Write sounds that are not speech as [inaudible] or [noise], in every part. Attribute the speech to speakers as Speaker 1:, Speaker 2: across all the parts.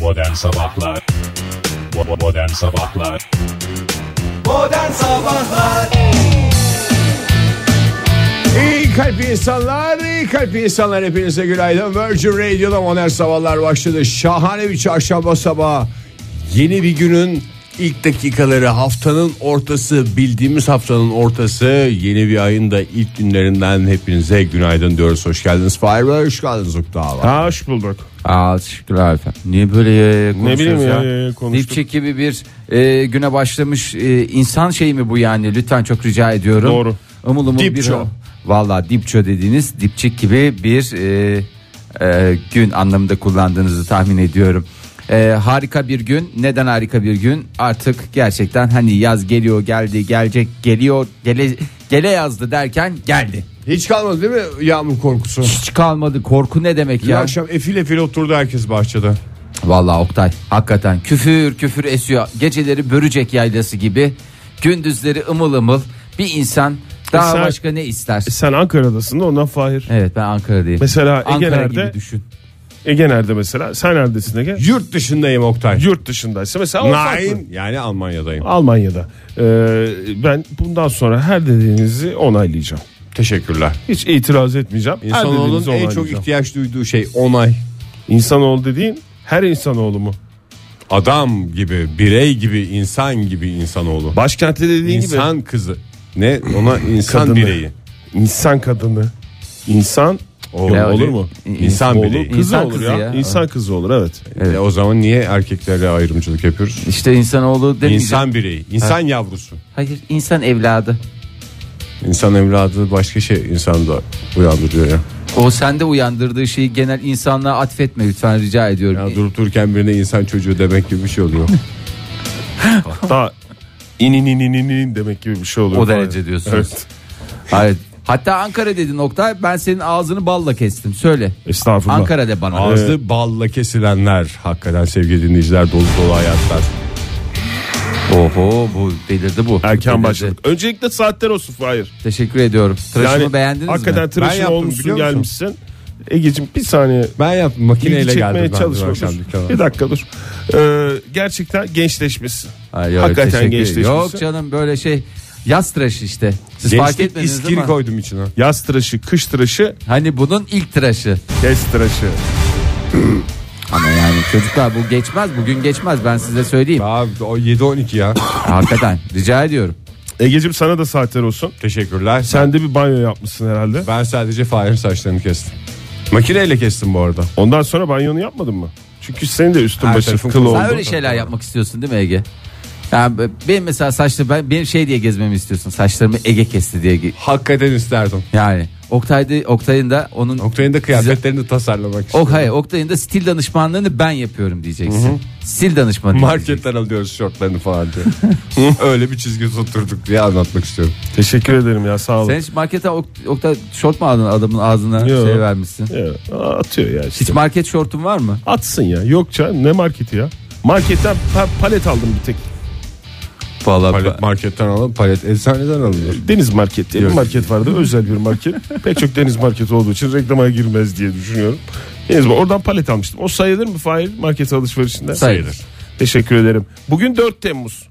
Speaker 1: Modern Sabahlar Bo- Modern Sabahlar
Speaker 2: Modern Sabahlar
Speaker 3: İyi kalp insanlar, iyi kalp insanlar hepinize günaydın. Virgin Radio'da Modern Sabahlar başladı. Şahane bir çarşamba sabahı. Yeni bir günün ilk dakikaları, haftanın ortası, bildiğimiz haftanın ortası. Yeni bir ayın da ilk günlerinden hepinize günaydın diyoruz. Hoş geldiniz Fahir Bey, hoş geldiniz Ukta abi.
Speaker 4: Ha hoş bulduk.
Speaker 5: Aa teşekkürler efendim. Niye böyle ya, ya
Speaker 4: Ne bileyim
Speaker 5: konuşuyoruz
Speaker 4: ya, ya, ya konuştuk.
Speaker 5: Dipçik gibi bir e, güne başlamış e, insan şeyi mi bu yani? Lütfen çok rica ediyorum.
Speaker 4: Doğru.
Speaker 5: Umul umul
Speaker 3: Dipço.
Speaker 5: bir... Valla dipço dediğiniz dipçik gibi bir e, e, gün anlamında kullandığınızı tahmin ediyorum. E, harika bir gün. Neden harika bir gün? Artık gerçekten hani yaz geliyor geldi gelecek geliyor gele, gele yazdı derken geldi.
Speaker 3: Hiç kalmadı değil mi yağmur korkusu?
Speaker 5: Hiç kalmadı korku ne demek
Speaker 3: Dün
Speaker 5: ya?
Speaker 3: akşam efil efil oturdu herkes bahçede.
Speaker 5: Vallahi Oktay hakikaten küfür küfür esiyor. Geceleri börücek yaylası gibi. Gündüzleri ımıl ımıl. Bir insan daha
Speaker 4: sen-
Speaker 5: başka ne ister?
Speaker 4: Sen Ankara'dasın da ondan Fahir.
Speaker 5: Evet ben Ankara'dayım.
Speaker 4: Mesela Ege
Speaker 5: Ankara
Speaker 4: nerede?
Speaker 5: gibi düşün.
Speaker 4: Ege nerede mesela? Sen neredesin Ege?
Speaker 3: Yurt dışındayım Oktay.
Speaker 4: Yurt dışındaysa mesela o farklı.
Speaker 3: Naim yani Almanya'dayım.
Speaker 4: Almanya'da. Ee, ben bundan sonra her dediğinizi onaylayacağım.
Speaker 3: Teşekkürler.
Speaker 4: Hiç itiraz etmeyeceğim. her
Speaker 3: İnsanoğlunun
Speaker 4: dediğinizi
Speaker 3: en
Speaker 4: onaylayacağım.
Speaker 3: çok ihtiyaç duyduğu şey onay.
Speaker 4: İnsanoğlu dediğin her insanoğlu mu?
Speaker 3: Adam gibi, birey gibi, insan gibi insanoğlu.
Speaker 4: Başkentte dediğin gibi
Speaker 3: İnsan kızı. Ne ona insan
Speaker 4: Kadını.
Speaker 3: bireyi.
Speaker 4: insan kadını. İnsan
Speaker 3: O,
Speaker 5: Ya
Speaker 3: olur
Speaker 5: öyle-
Speaker 3: mu?
Speaker 5: İn-
Speaker 3: İnsan
Speaker 4: oğlu
Speaker 3: bireyi.
Speaker 4: kızı
Speaker 5: İnsan
Speaker 4: olur
Speaker 5: kızı
Speaker 4: ya.
Speaker 5: ya.
Speaker 4: İnsan kızı olur evet.
Speaker 3: E, o zaman niye erkeklerle ayrımcılık yapıyoruz?
Speaker 5: İşte insanoğlu demeyeceğim.
Speaker 3: İnsan bireyi, insan yavrusu.
Speaker 5: Hayır insan evladı.
Speaker 3: İnsan evladı başka şey insanda uyandırıyor ya.
Speaker 5: O sende uyandırdığı şeyi genel insanlığa atfetme lütfen rica ediyorum.
Speaker 3: ya durup dururken birine insan çocuğu demek gibi bir şey oluyor.
Speaker 4: Hatta inin inin inin demek gibi bir şey oluyor.
Speaker 5: O
Speaker 4: Fahir.
Speaker 5: derece diyorsunuz.
Speaker 4: Evet.
Speaker 5: Hayır. Hatta Ankara dedin Oktay ben senin ağzını balla kestim söyle.
Speaker 4: Estağfurullah.
Speaker 5: Ankara de bana.
Speaker 3: Ağzı balla kesilenler hakikaten sevgili dinleyiciler dolu dolu hayatlar.
Speaker 5: Oho bu delirdi bu.
Speaker 4: Erken
Speaker 5: Delirdi.
Speaker 4: başladık. Öncelikle saatler olsun Fahir.
Speaker 5: Teşekkür ediyorum. Tıraşımı beğendiniz
Speaker 4: hakikaten
Speaker 5: mi?
Speaker 3: Ben
Speaker 4: tıraşın
Speaker 3: yaptım,
Speaker 4: olmuşsun
Speaker 3: biliyor musun?
Speaker 4: gelmişsin. Egeciğim bir saniye
Speaker 3: Ben yaptım
Speaker 4: ilgi
Speaker 3: makineyle geldim
Speaker 4: çekmeye
Speaker 3: ben dün
Speaker 4: çalışma.
Speaker 3: akşam
Speaker 4: Dur.
Speaker 3: dükkana.
Speaker 4: Bir dakika dur. Ee, gerçekten gençleşmişsin.
Speaker 5: Ay, yok,
Speaker 4: hakikaten
Speaker 5: teşekkür-
Speaker 4: gençleşmişsin.
Speaker 5: Yok canım böyle şey yaz tıraşı işte. Siz fark
Speaker 3: Gençlik
Speaker 5: etmediniz
Speaker 3: iskiri
Speaker 5: değil mi?
Speaker 3: koydum içine.
Speaker 4: Yaz tıraşı, kış tıraşı,
Speaker 5: Hani bunun ilk tıraşı.
Speaker 4: kes tıraşı.
Speaker 5: Ama yani çocuklar bu geçmez bugün geçmez ben size söyleyeyim.
Speaker 3: Abi o 7-12 ya.
Speaker 5: Hakikaten rica ediyorum.
Speaker 4: Egeciğim sana da saatler olsun.
Speaker 3: Teşekkürler.
Speaker 4: Sen de bir banyo yapmışsın herhalde.
Speaker 3: Ben sadece Fahir'in saçlarını kestim. Makineyle kestim bu arada.
Speaker 4: Ondan sonra banyonu yapmadın mı? Çünkü senin de üstün
Speaker 3: Her
Speaker 4: başın
Speaker 3: tarafın
Speaker 4: kıl
Speaker 3: kızıl.
Speaker 4: oldu.
Speaker 5: Sen öyle şeyler yapmak istiyorsun değil mi Ege? Yani b- benim mesela saçlı ben benim şey diye gezmemi istiyorsun. Saçlarımı Ege kesti diye. ge-
Speaker 3: Hakikaten isterdim.
Speaker 5: Yani Oktay'da Oktay'ın da onun
Speaker 3: Oktay'ın da kıyafetlerini tasarlamak istiyorum.
Speaker 5: Ok hayır Oktay'ın da stil danışmanlığını ben yapıyorum diyeceksin. Stil danışmanı.
Speaker 3: Marketten alıyoruz şortlarını falan
Speaker 5: [laughs]
Speaker 3: diye. Öyle bir çizgi tutturduk diye anlatmak istiyorum.
Speaker 4: Teşekkür ederim ya sağ ol.
Speaker 5: Sen hiç marketten ok- Oktay şort mu aldın adamın ağzına
Speaker 4: Yok.
Speaker 5: şey vermişsin?
Speaker 4: Ya, atıyor ya işte.
Speaker 5: Hiç market şortun var mı?
Speaker 4: Atsın ya. Yok canım ne marketi ya. Marketten pa- palet aldım bir tek.
Speaker 5: Vallahi
Speaker 3: Palet marketten alalım, palet eczaneden alınıyor.
Speaker 4: Deniz market diye bir
Speaker 3: Yok.
Speaker 4: market vardı. Özel bir market. Pek çok deniz marketi olduğu için reklama girmez diye düşünüyorum. Deniz Market- oradan palet almıştım. O sayılır mı Fahir market alışverişinde?
Speaker 5: Sayılır.
Speaker 4: Teşekkür ederim. Bugün 4 Temmuz.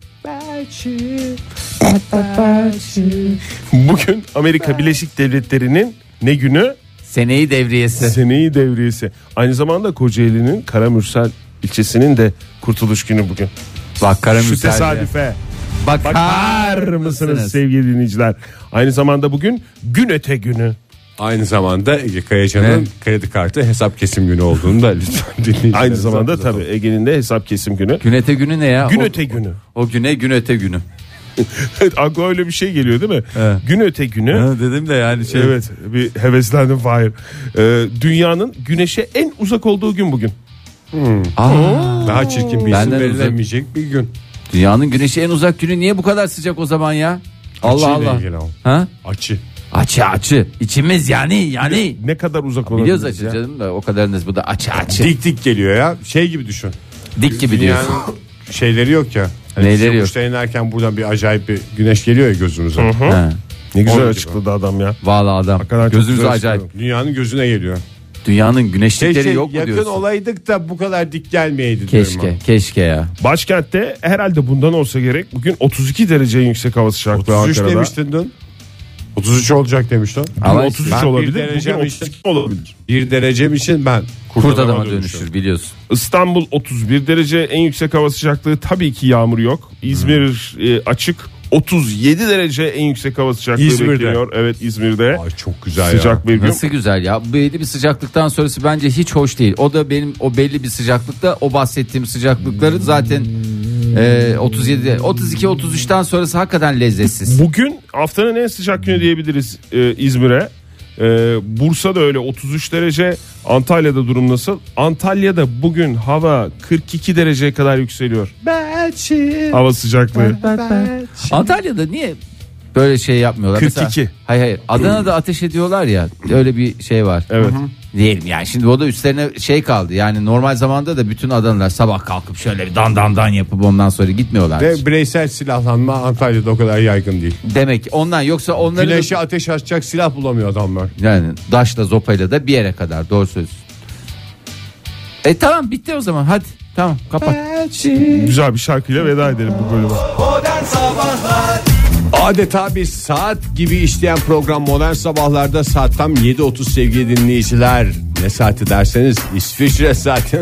Speaker 4: Bugün Amerika Birleşik Devletleri'nin ne günü?
Speaker 5: Seneyi devriyesi.
Speaker 4: Seneyi devriyesi. Aynı zamanda Kocaeli'nin Karamürsel ilçesinin de kurtuluş günü bugün.
Speaker 5: Bak
Speaker 4: Şu
Speaker 5: karamürsel.
Speaker 4: tesadüfe.
Speaker 5: Bakar,
Speaker 4: Bakar mısınız sevgili dinleyiciler? Aynı zamanda bugün gün öte günü.
Speaker 3: Aynı zamanda Ege Kayacan'ın
Speaker 5: Ne?
Speaker 3: kredi kartı hesap kesim günü olduğunu da
Speaker 5: [laughs]
Speaker 3: lütfen dinleyin.
Speaker 4: Aynı zamanda tabii Ege'nin de hesap kesim günü.
Speaker 5: Gün öte günü ne ya?
Speaker 4: Gün
Speaker 5: o,
Speaker 4: öte günü.
Speaker 5: o güne gün öte günü.
Speaker 4: [laughs] Evet, aklıma öyle bir şey geliyor değil mi?
Speaker 5: Evet.
Speaker 4: Gün öte günü.
Speaker 5: dedim de yani şey.
Speaker 4: Evet bir heveslendim Fahir. Ee, dünyanın güneşe en uzak olduğu gün bugün.
Speaker 5: Aa,
Speaker 3: Daha çirkin bir isim
Speaker 5: Benden
Speaker 3: verilemeyecek bir gün.
Speaker 5: dünyanın güneşi en uzak günü niye bu kadar sıcak o zaman ya? Allah
Speaker 3: Açıyla
Speaker 5: Allah.
Speaker 3: ilgili ama.
Speaker 5: Ha?
Speaker 3: Açı.
Speaker 5: Açı açı. İçimiz yani yani.
Speaker 4: Ne kadar uzak olabilir?
Speaker 5: Biliyoruz açı canım da o kadarınız bu da açı açı. Dik,
Speaker 3: Dik dik geliyor ya. Şey gibi düşün.
Speaker 5: gibi
Speaker 3: Dünyanın
Speaker 5: diyorsun.
Speaker 3: şeyleri yok ya.
Speaker 5: Neyleri
Speaker 3: siz
Speaker 5: yok?
Speaker 3: yokuştan inerken buradan bir acayip bir güneş geliyor ya gözünüze.
Speaker 5: Ha.
Speaker 4: Ne güzel
Speaker 3: Onun gibi.
Speaker 4: açıkladı adam ya.
Speaker 5: Vallahi adam.
Speaker 4: Hakikaten çok
Speaker 5: Gözünüzü
Speaker 4: güzel
Speaker 5: acayip.
Speaker 3: Dünyanın gözüne geliyor.
Speaker 5: Dünyanın güneşlikleri
Speaker 3: Keşke
Speaker 5: yok mu
Speaker 3: yakın
Speaker 5: diyorsun?
Speaker 3: olaydık da bu kadar dik gelmeyeydi diyorum.
Speaker 5: keşke, keşke ya.
Speaker 4: Başkentte herhalde bundan olsa gerek bugün 32 derece yüksek hava sıcaklığı
Speaker 3: ben. 33
Speaker 4: Ankara'da.
Speaker 3: demiştin dün. 33 olacak demiştin.
Speaker 4: Dün
Speaker 5: Ama
Speaker 4: 33
Speaker 3: ben bir
Speaker 4: olabilir.
Speaker 3: derece
Speaker 4: Bugün
Speaker 3: mi işte?
Speaker 4: 32 olabilir.
Speaker 3: Bir derecem için ben
Speaker 5: Kurt adama dönüşür biliyorsun.
Speaker 4: İstanbul 31 derece en yüksek hava sıcaklığı tabii ki yağmur yok. İzmir e, açık 37 derece en yüksek hava sıcaklığı
Speaker 3: İzmir'de.
Speaker 4: bekleniyor. Evet İzmir'de.
Speaker 3: Ay çok güzel ya.
Speaker 4: Sıcak bir gün.
Speaker 5: Nasıl güzel ya. Belli bir sıcaklıktan sonrası bence hiç hoş değil. O da benim o belli bir sıcaklıkta o bahsettiğim sıcaklıkları zaten e, 37 32 33'ten sonrası hakikaten lezzetsiz.
Speaker 4: Bugün haftanın en sıcak günü diyebiliriz e, İzmir'e. E, Bursa'da öyle 33 derece. Antalya'da durum nasıl? Antalya'da bugün hava 42 dereceye kadar yükseliyor. Hava sıcaklığı.
Speaker 5: Antalya'da niye böyle şey yapmıyorlar?
Speaker 4: 42.
Speaker 5: hayır hayır. Adana'da ateş ediyorlar ya. Öyle bir şey var.
Speaker 4: Evet.
Speaker 5: Diyelim yani şimdi o da üstlerine şey kaldı. Yani normal zamanda da bütün Adanalar sabah kalkıp şöyle bir dan dan dan yapıp ondan sonra gitmiyorlar.
Speaker 3: Ve bireysel silahlanma Antalya'da o kadar yaygın değil.
Speaker 5: Demek ki ondan yoksa onları da-
Speaker 3: Güneşe ateş açacak silah bulamıyor adamlar.
Speaker 5: Yani daşla zopayla da bir yere kadar doğru söz. E tamam bitti o zaman hadi. Tamam
Speaker 4: [laughs]
Speaker 5: kapat.
Speaker 4: Güzel bir şarkıyla veda edelim bu bölüme.
Speaker 2: Modern Sabahlar
Speaker 3: Adeta bir saat gibi işleyen program Modern Sabahlar'da saat tam 7.30 sevgili dinleyiciler. Ne saati derseniz İsviçre saati.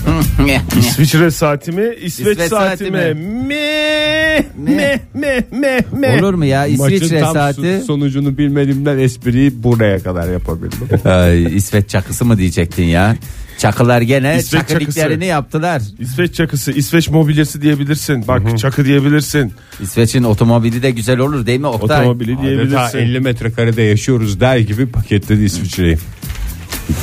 Speaker 3: [laughs]
Speaker 4: İsviçre saati mi? İsveç,
Speaker 5: İsveç
Speaker 4: saati,
Speaker 5: saati
Speaker 4: mi? Me me me me me.
Speaker 5: Olur mu ya
Speaker 3: Maçın
Speaker 5: İsviçre
Speaker 3: tam
Speaker 5: saati?
Speaker 3: su- sonucunu bilmediğimden espriyi buraya kadar [laughs] yapabildim.
Speaker 5: Ay, İsveç çakısı mı diyecektin ya? Çakılar gene
Speaker 4: İsveç çakısı.
Speaker 5: çakıliklerini yaptılar.
Speaker 4: İsveç çakısı, İsveç mobilyası diyebilirsin. Bak çakı diyebilirsin.
Speaker 5: İsveç'in otomobili de güzel olur değil mi Oktay?
Speaker 4: Otomobili
Speaker 3: Adeta
Speaker 4: diyebilirsin.
Speaker 3: 50 metrekarede yaşıyoruz der gibi paketledi İsviçre'yi.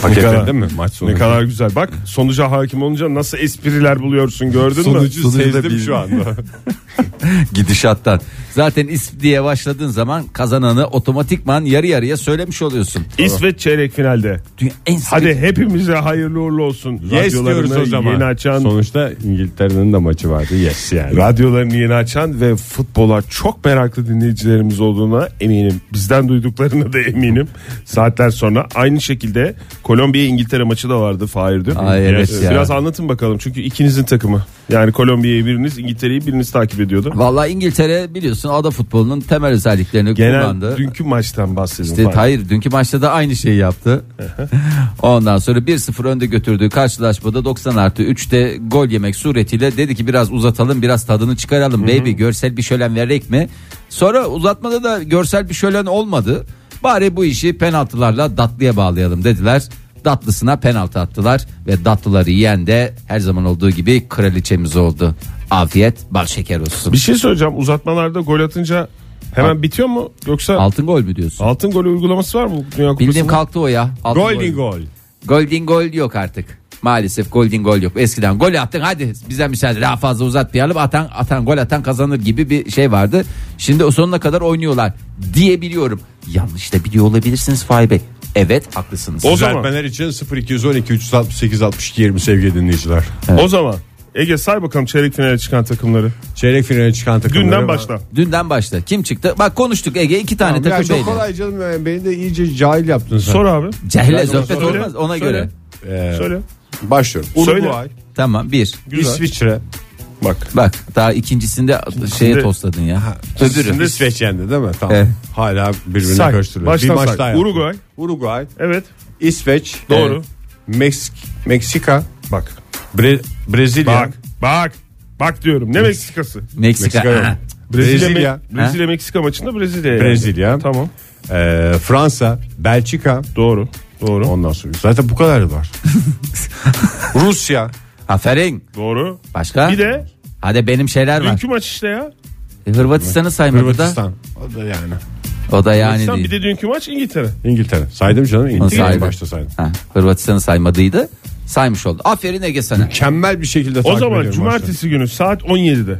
Speaker 3: Paketledin mi maç sonu?
Speaker 4: Ne kadar güzel. Bak sonuca hakim olunca nasıl espriler buluyorsun gördün mü?
Speaker 3: Sonucu,
Speaker 5: Sonucu da
Speaker 3: sezdim
Speaker 5: bildim.
Speaker 3: şu anda.
Speaker 5: Gidişattan. Zaten İsp diye başladığın zaman kazananı otomatikman yarı yarıya söylemiş oluyorsun.
Speaker 4: İsveç çeyrek finalde.
Speaker 5: Dünya en
Speaker 4: Hadi hepimize hayırlı uğurlu olsun.
Speaker 3: yes diyoruz o zaman.
Speaker 4: Yeni açan,
Speaker 3: Sonuçta İngiltere'nin de maçı vardı yes yani.
Speaker 4: radyolarını yeni açan ve futbola çok meraklı dinleyicilerimiz olduğuna eminim. Bizden duyduklarına da eminim. Saatler sonra aynı şekilde Kolombiya İngiltere maçı da vardı Fahir dün.
Speaker 5: Ay, evet
Speaker 4: Ee,
Speaker 5: ya.
Speaker 4: Biraz anlatın bakalım çünkü ikinizin takımı. Yani Kolombiya'yı biriniz İngiltere'yi biriniz takip ediyordu.
Speaker 5: Vallahi İngiltere biliyorsun ada futbolunun temel özelliklerini
Speaker 4: Genel
Speaker 5: kullandı.
Speaker 4: dünkü maçtan bahsedin.
Speaker 5: İşte
Speaker 4: Fahir.
Speaker 5: Ee, hayır dünkü maçta da aynı şeyi yaptı. Ondan sonra 1-0 önde götürdüğü karşılaşmada 90 artı 3'te gol yemek suretiyle dedi ki biraz uzatalım biraz tadını çıkaralım baby görsel bir şölen vererek mi? Sonra uzatmada da görsel bir şölen olmadı. Bari bu işi penaltılarla datlıya bağlayalım dediler. Datlısına penaltı attılar ve datlıları yiyen de her zaman olduğu gibi kraliçemiz oldu. Afiyet bal şeker olsun.
Speaker 4: Bir şey söyleyeceğim uzatmalarda gol atınca hemen bitiyor mu yoksa
Speaker 5: Altın gol mü diyorsun?
Speaker 4: altın golü uygulaması var mı bu Dünya
Speaker 5: Bildiğim
Speaker 4: Kupası'nda?
Speaker 5: kalktı o ya. Altın gol.
Speaker 3: Golden gol.
Speaker 5: Golden gol yok artık. Maalesef golden gol yok. Eskiden gol attın hadi bize müsaade daha fazla uzatmayalım. Atan atan gol atan kazanır gibi bir şey vardı. Şimdi o sonuna kadar oynuyorlar diye biliyorum. Yanlış da biliyor olabilirsiniz Fahri Bey. Evet haklısınız.
Speaker 4: O zaman-
Speaker 3: Düzeltmeler için 0212 368 62 20 sevgili dinleyiciler.
Speaker 4: O zaman Ege say bakalım çeyrek finale çıkan takımları.
Speaker 3: Çeyrek finale çıkan takımları.
Speaker 4: Dünden başla.
Speaker 5: Dünden başta kim çıktı? Bak konuştuk Ege iki tane
Speaker 3: Ya
Speaker 5: takım
Speaker 3: çok
Speaker 5: belli.
Speaker 3: kolay canım yani beni de iyice cahil yaptın sen.
Speaker 4: Sor abi.
Speaker 5: Cehille sohbet
Speaker 4: Söyle.
Speaker 5: olmaz ona
Speaker 4: Söyle.
Speaker 5: göre.
Speaker 3: Ee,
Speaker 4: Söyle.
Speaker 3: başlıyorum.
Speaker 4: Söyle.
Speaker 3: Uruguay,
Speaker 5: Tamam bir.
Speaker 4: Güzel.
Speaker 3: İsviçre.
Speaker 4: Bak.
Speaker 5: Bak daha ikincisinde şeye tostladın ya. Öbürü.
Speaker 3: Şimdi İsveç yendi değil mi? Tamam.
Speaker 5: Evet.
Speaker 3: Hala birbirine
Speaker 4: Say.
Speaker 3: karıştırıyoruz.
Speaker 4: Baştan say.
Speaker 3: yaptım.
Speaker 4: Uruguay.
Speaker 3: Uruguay,
Speaker 4: Evet.
Speaker 3: İsveç, e,
Speaker 4: Doğru.
Speaker 3: Meksik, Meksika,
Speaker 4: Bak.
Speaker 3: Bre- Brezilya,
Speaker 4: Bak. Bak. Bak diyorum. Ne Meksikası?
Speaker 5: Meksika.
Speaker 3: Meksika.
Speaker 5: Ha.
Speaker 4: Brezilya.
Speaker 3: Brezilya.
Speaker 4: Me- Brezilya Meksika maçında Brezilya. yani.
Speaker 3: Brezilya.
Speaker 4: Tamam.
Speaker 3: ee, Fransa, Belçika.
Speaker 4: Doğru. Doğru.
Speaker 3: Ondan sonra zaten bu kadar [laughs] var. Rusya,
Speaker 5: Aferin.
Speaker 4: Doğru.
Speaker 5: Başka?
Speaker 4: Bir de
Speaker 5: Hadi benim şeyler var.
Speaker 4: dünkü maç işte ya.
Speaker 5: E, Hırvatistan'ı saymadı da.
Speaker 3: Hırvatistan. O da yani.
Speaker 5: O da yani
Speaker 4: Sen
Speaker 5: Hani değil.
Speaker 4: bir de dünkü maç İngiltere.
Speaker 3: İngiltere. Saydım canım İngiltere
Speaker 5: saydı.
Speaker 3: başta saydım.
Speaker 5: Ha, Hırvatistan'ı saymadıydı. Saymış oldu. Aferin Ege sana.
Speaker 3: Mükemmel bir şekilde
Speaker 4: O
Speaker 3: takip
Speaker 4: zaman
Speaker 3: ediyorum
Speaker 4: cumartesi günü saat 17'de.
Speaker 3: maçları.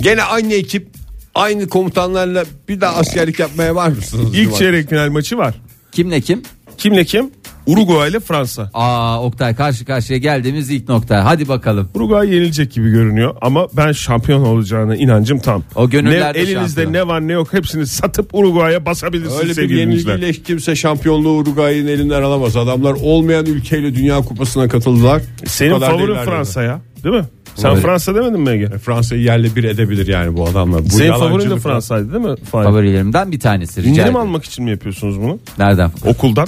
Speaker 3: Gene aynı ekip aynı komutanlarla bir daha askerlik yapmaya var mısınız?
Speaker 4: İlk
Speaker 3: cumartesi?
Speaker 4: çeyrek final maçı var.
Speaker 5: Kimle kim?
Speaker 4: Kimle kim? Uruguay ile Fransa.
Speaker 5: Aa Oktay karşı karşıya geldiğimiz ilk nokta. Hadi bakalım.
Speaker 4: Uruguay yenilecek gibi görünüyor ama ben şampiyon olacağına inancım tam.
Speaker 5: O gönüllerde
Speaker 4: Ne- elinizde
Speaker 5: şampiyon.
Speaker 4: ne var ne yok hepsini satıp Uruguay'a basabilirsiniz
Speaker 3: Öyle bir
Speaker 4: sevgili dinleyiciler.
Speaker 3: yenilgiyle hiç kimse şampiyonluğu Uruguay'ın elinden alamaz. Adamlar olmayan ülkeyle Dünya Kupası'na katıldılar. Bu
Speaker 4: Senin
Speaker 3: kadar
Speaker 4: favorin
Speaker 3: değiller
Speaker 4: Fransa ya. Değil mi? Sen
Speaker 5: Olabilir.
Speaker 4: Fransa demedin mi Ege?
Speaker 3: yani. Fransa'yı yerle bir edebilir yani bu adamlar. Bu
Speaker 4: Senin favorin de
Speaker 3: yalancılıkla-
Speaker 4: Fransa'ydı değil mi? Fahir?
Speaker 5: Favorilerimden bir tanesi. Rica
Speaker 4: İndirim
Speaker 5: ederim.
Speaker 4: almak için mi yapıyorsunuz bunu?
Speaker 5: Nereden? [laughs]
Speaker 4: Okuldan.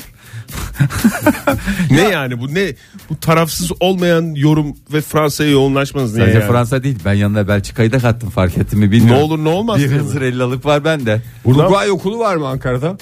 Speaker 4: ne yani bu ne bu tarafsız olmayan yorum ve Fransa'ya yoğunlaşmanız niye
Speaker 5: Sadece
Speaker 4: yani?
Speaker 5: Fransa değil ben yanına Belçika'yı da kattım fark ettim mi
Speaker 4: ne
Speaker 5: bilmiyorum.
Speaker 4: olur ne olmaz.
Speaker 5: Bir
Speaker 4: diye mi?
Speaker 5: Hızrellalık var bende.
Speaker 3: Uruguay okulu var mı Ankara'da?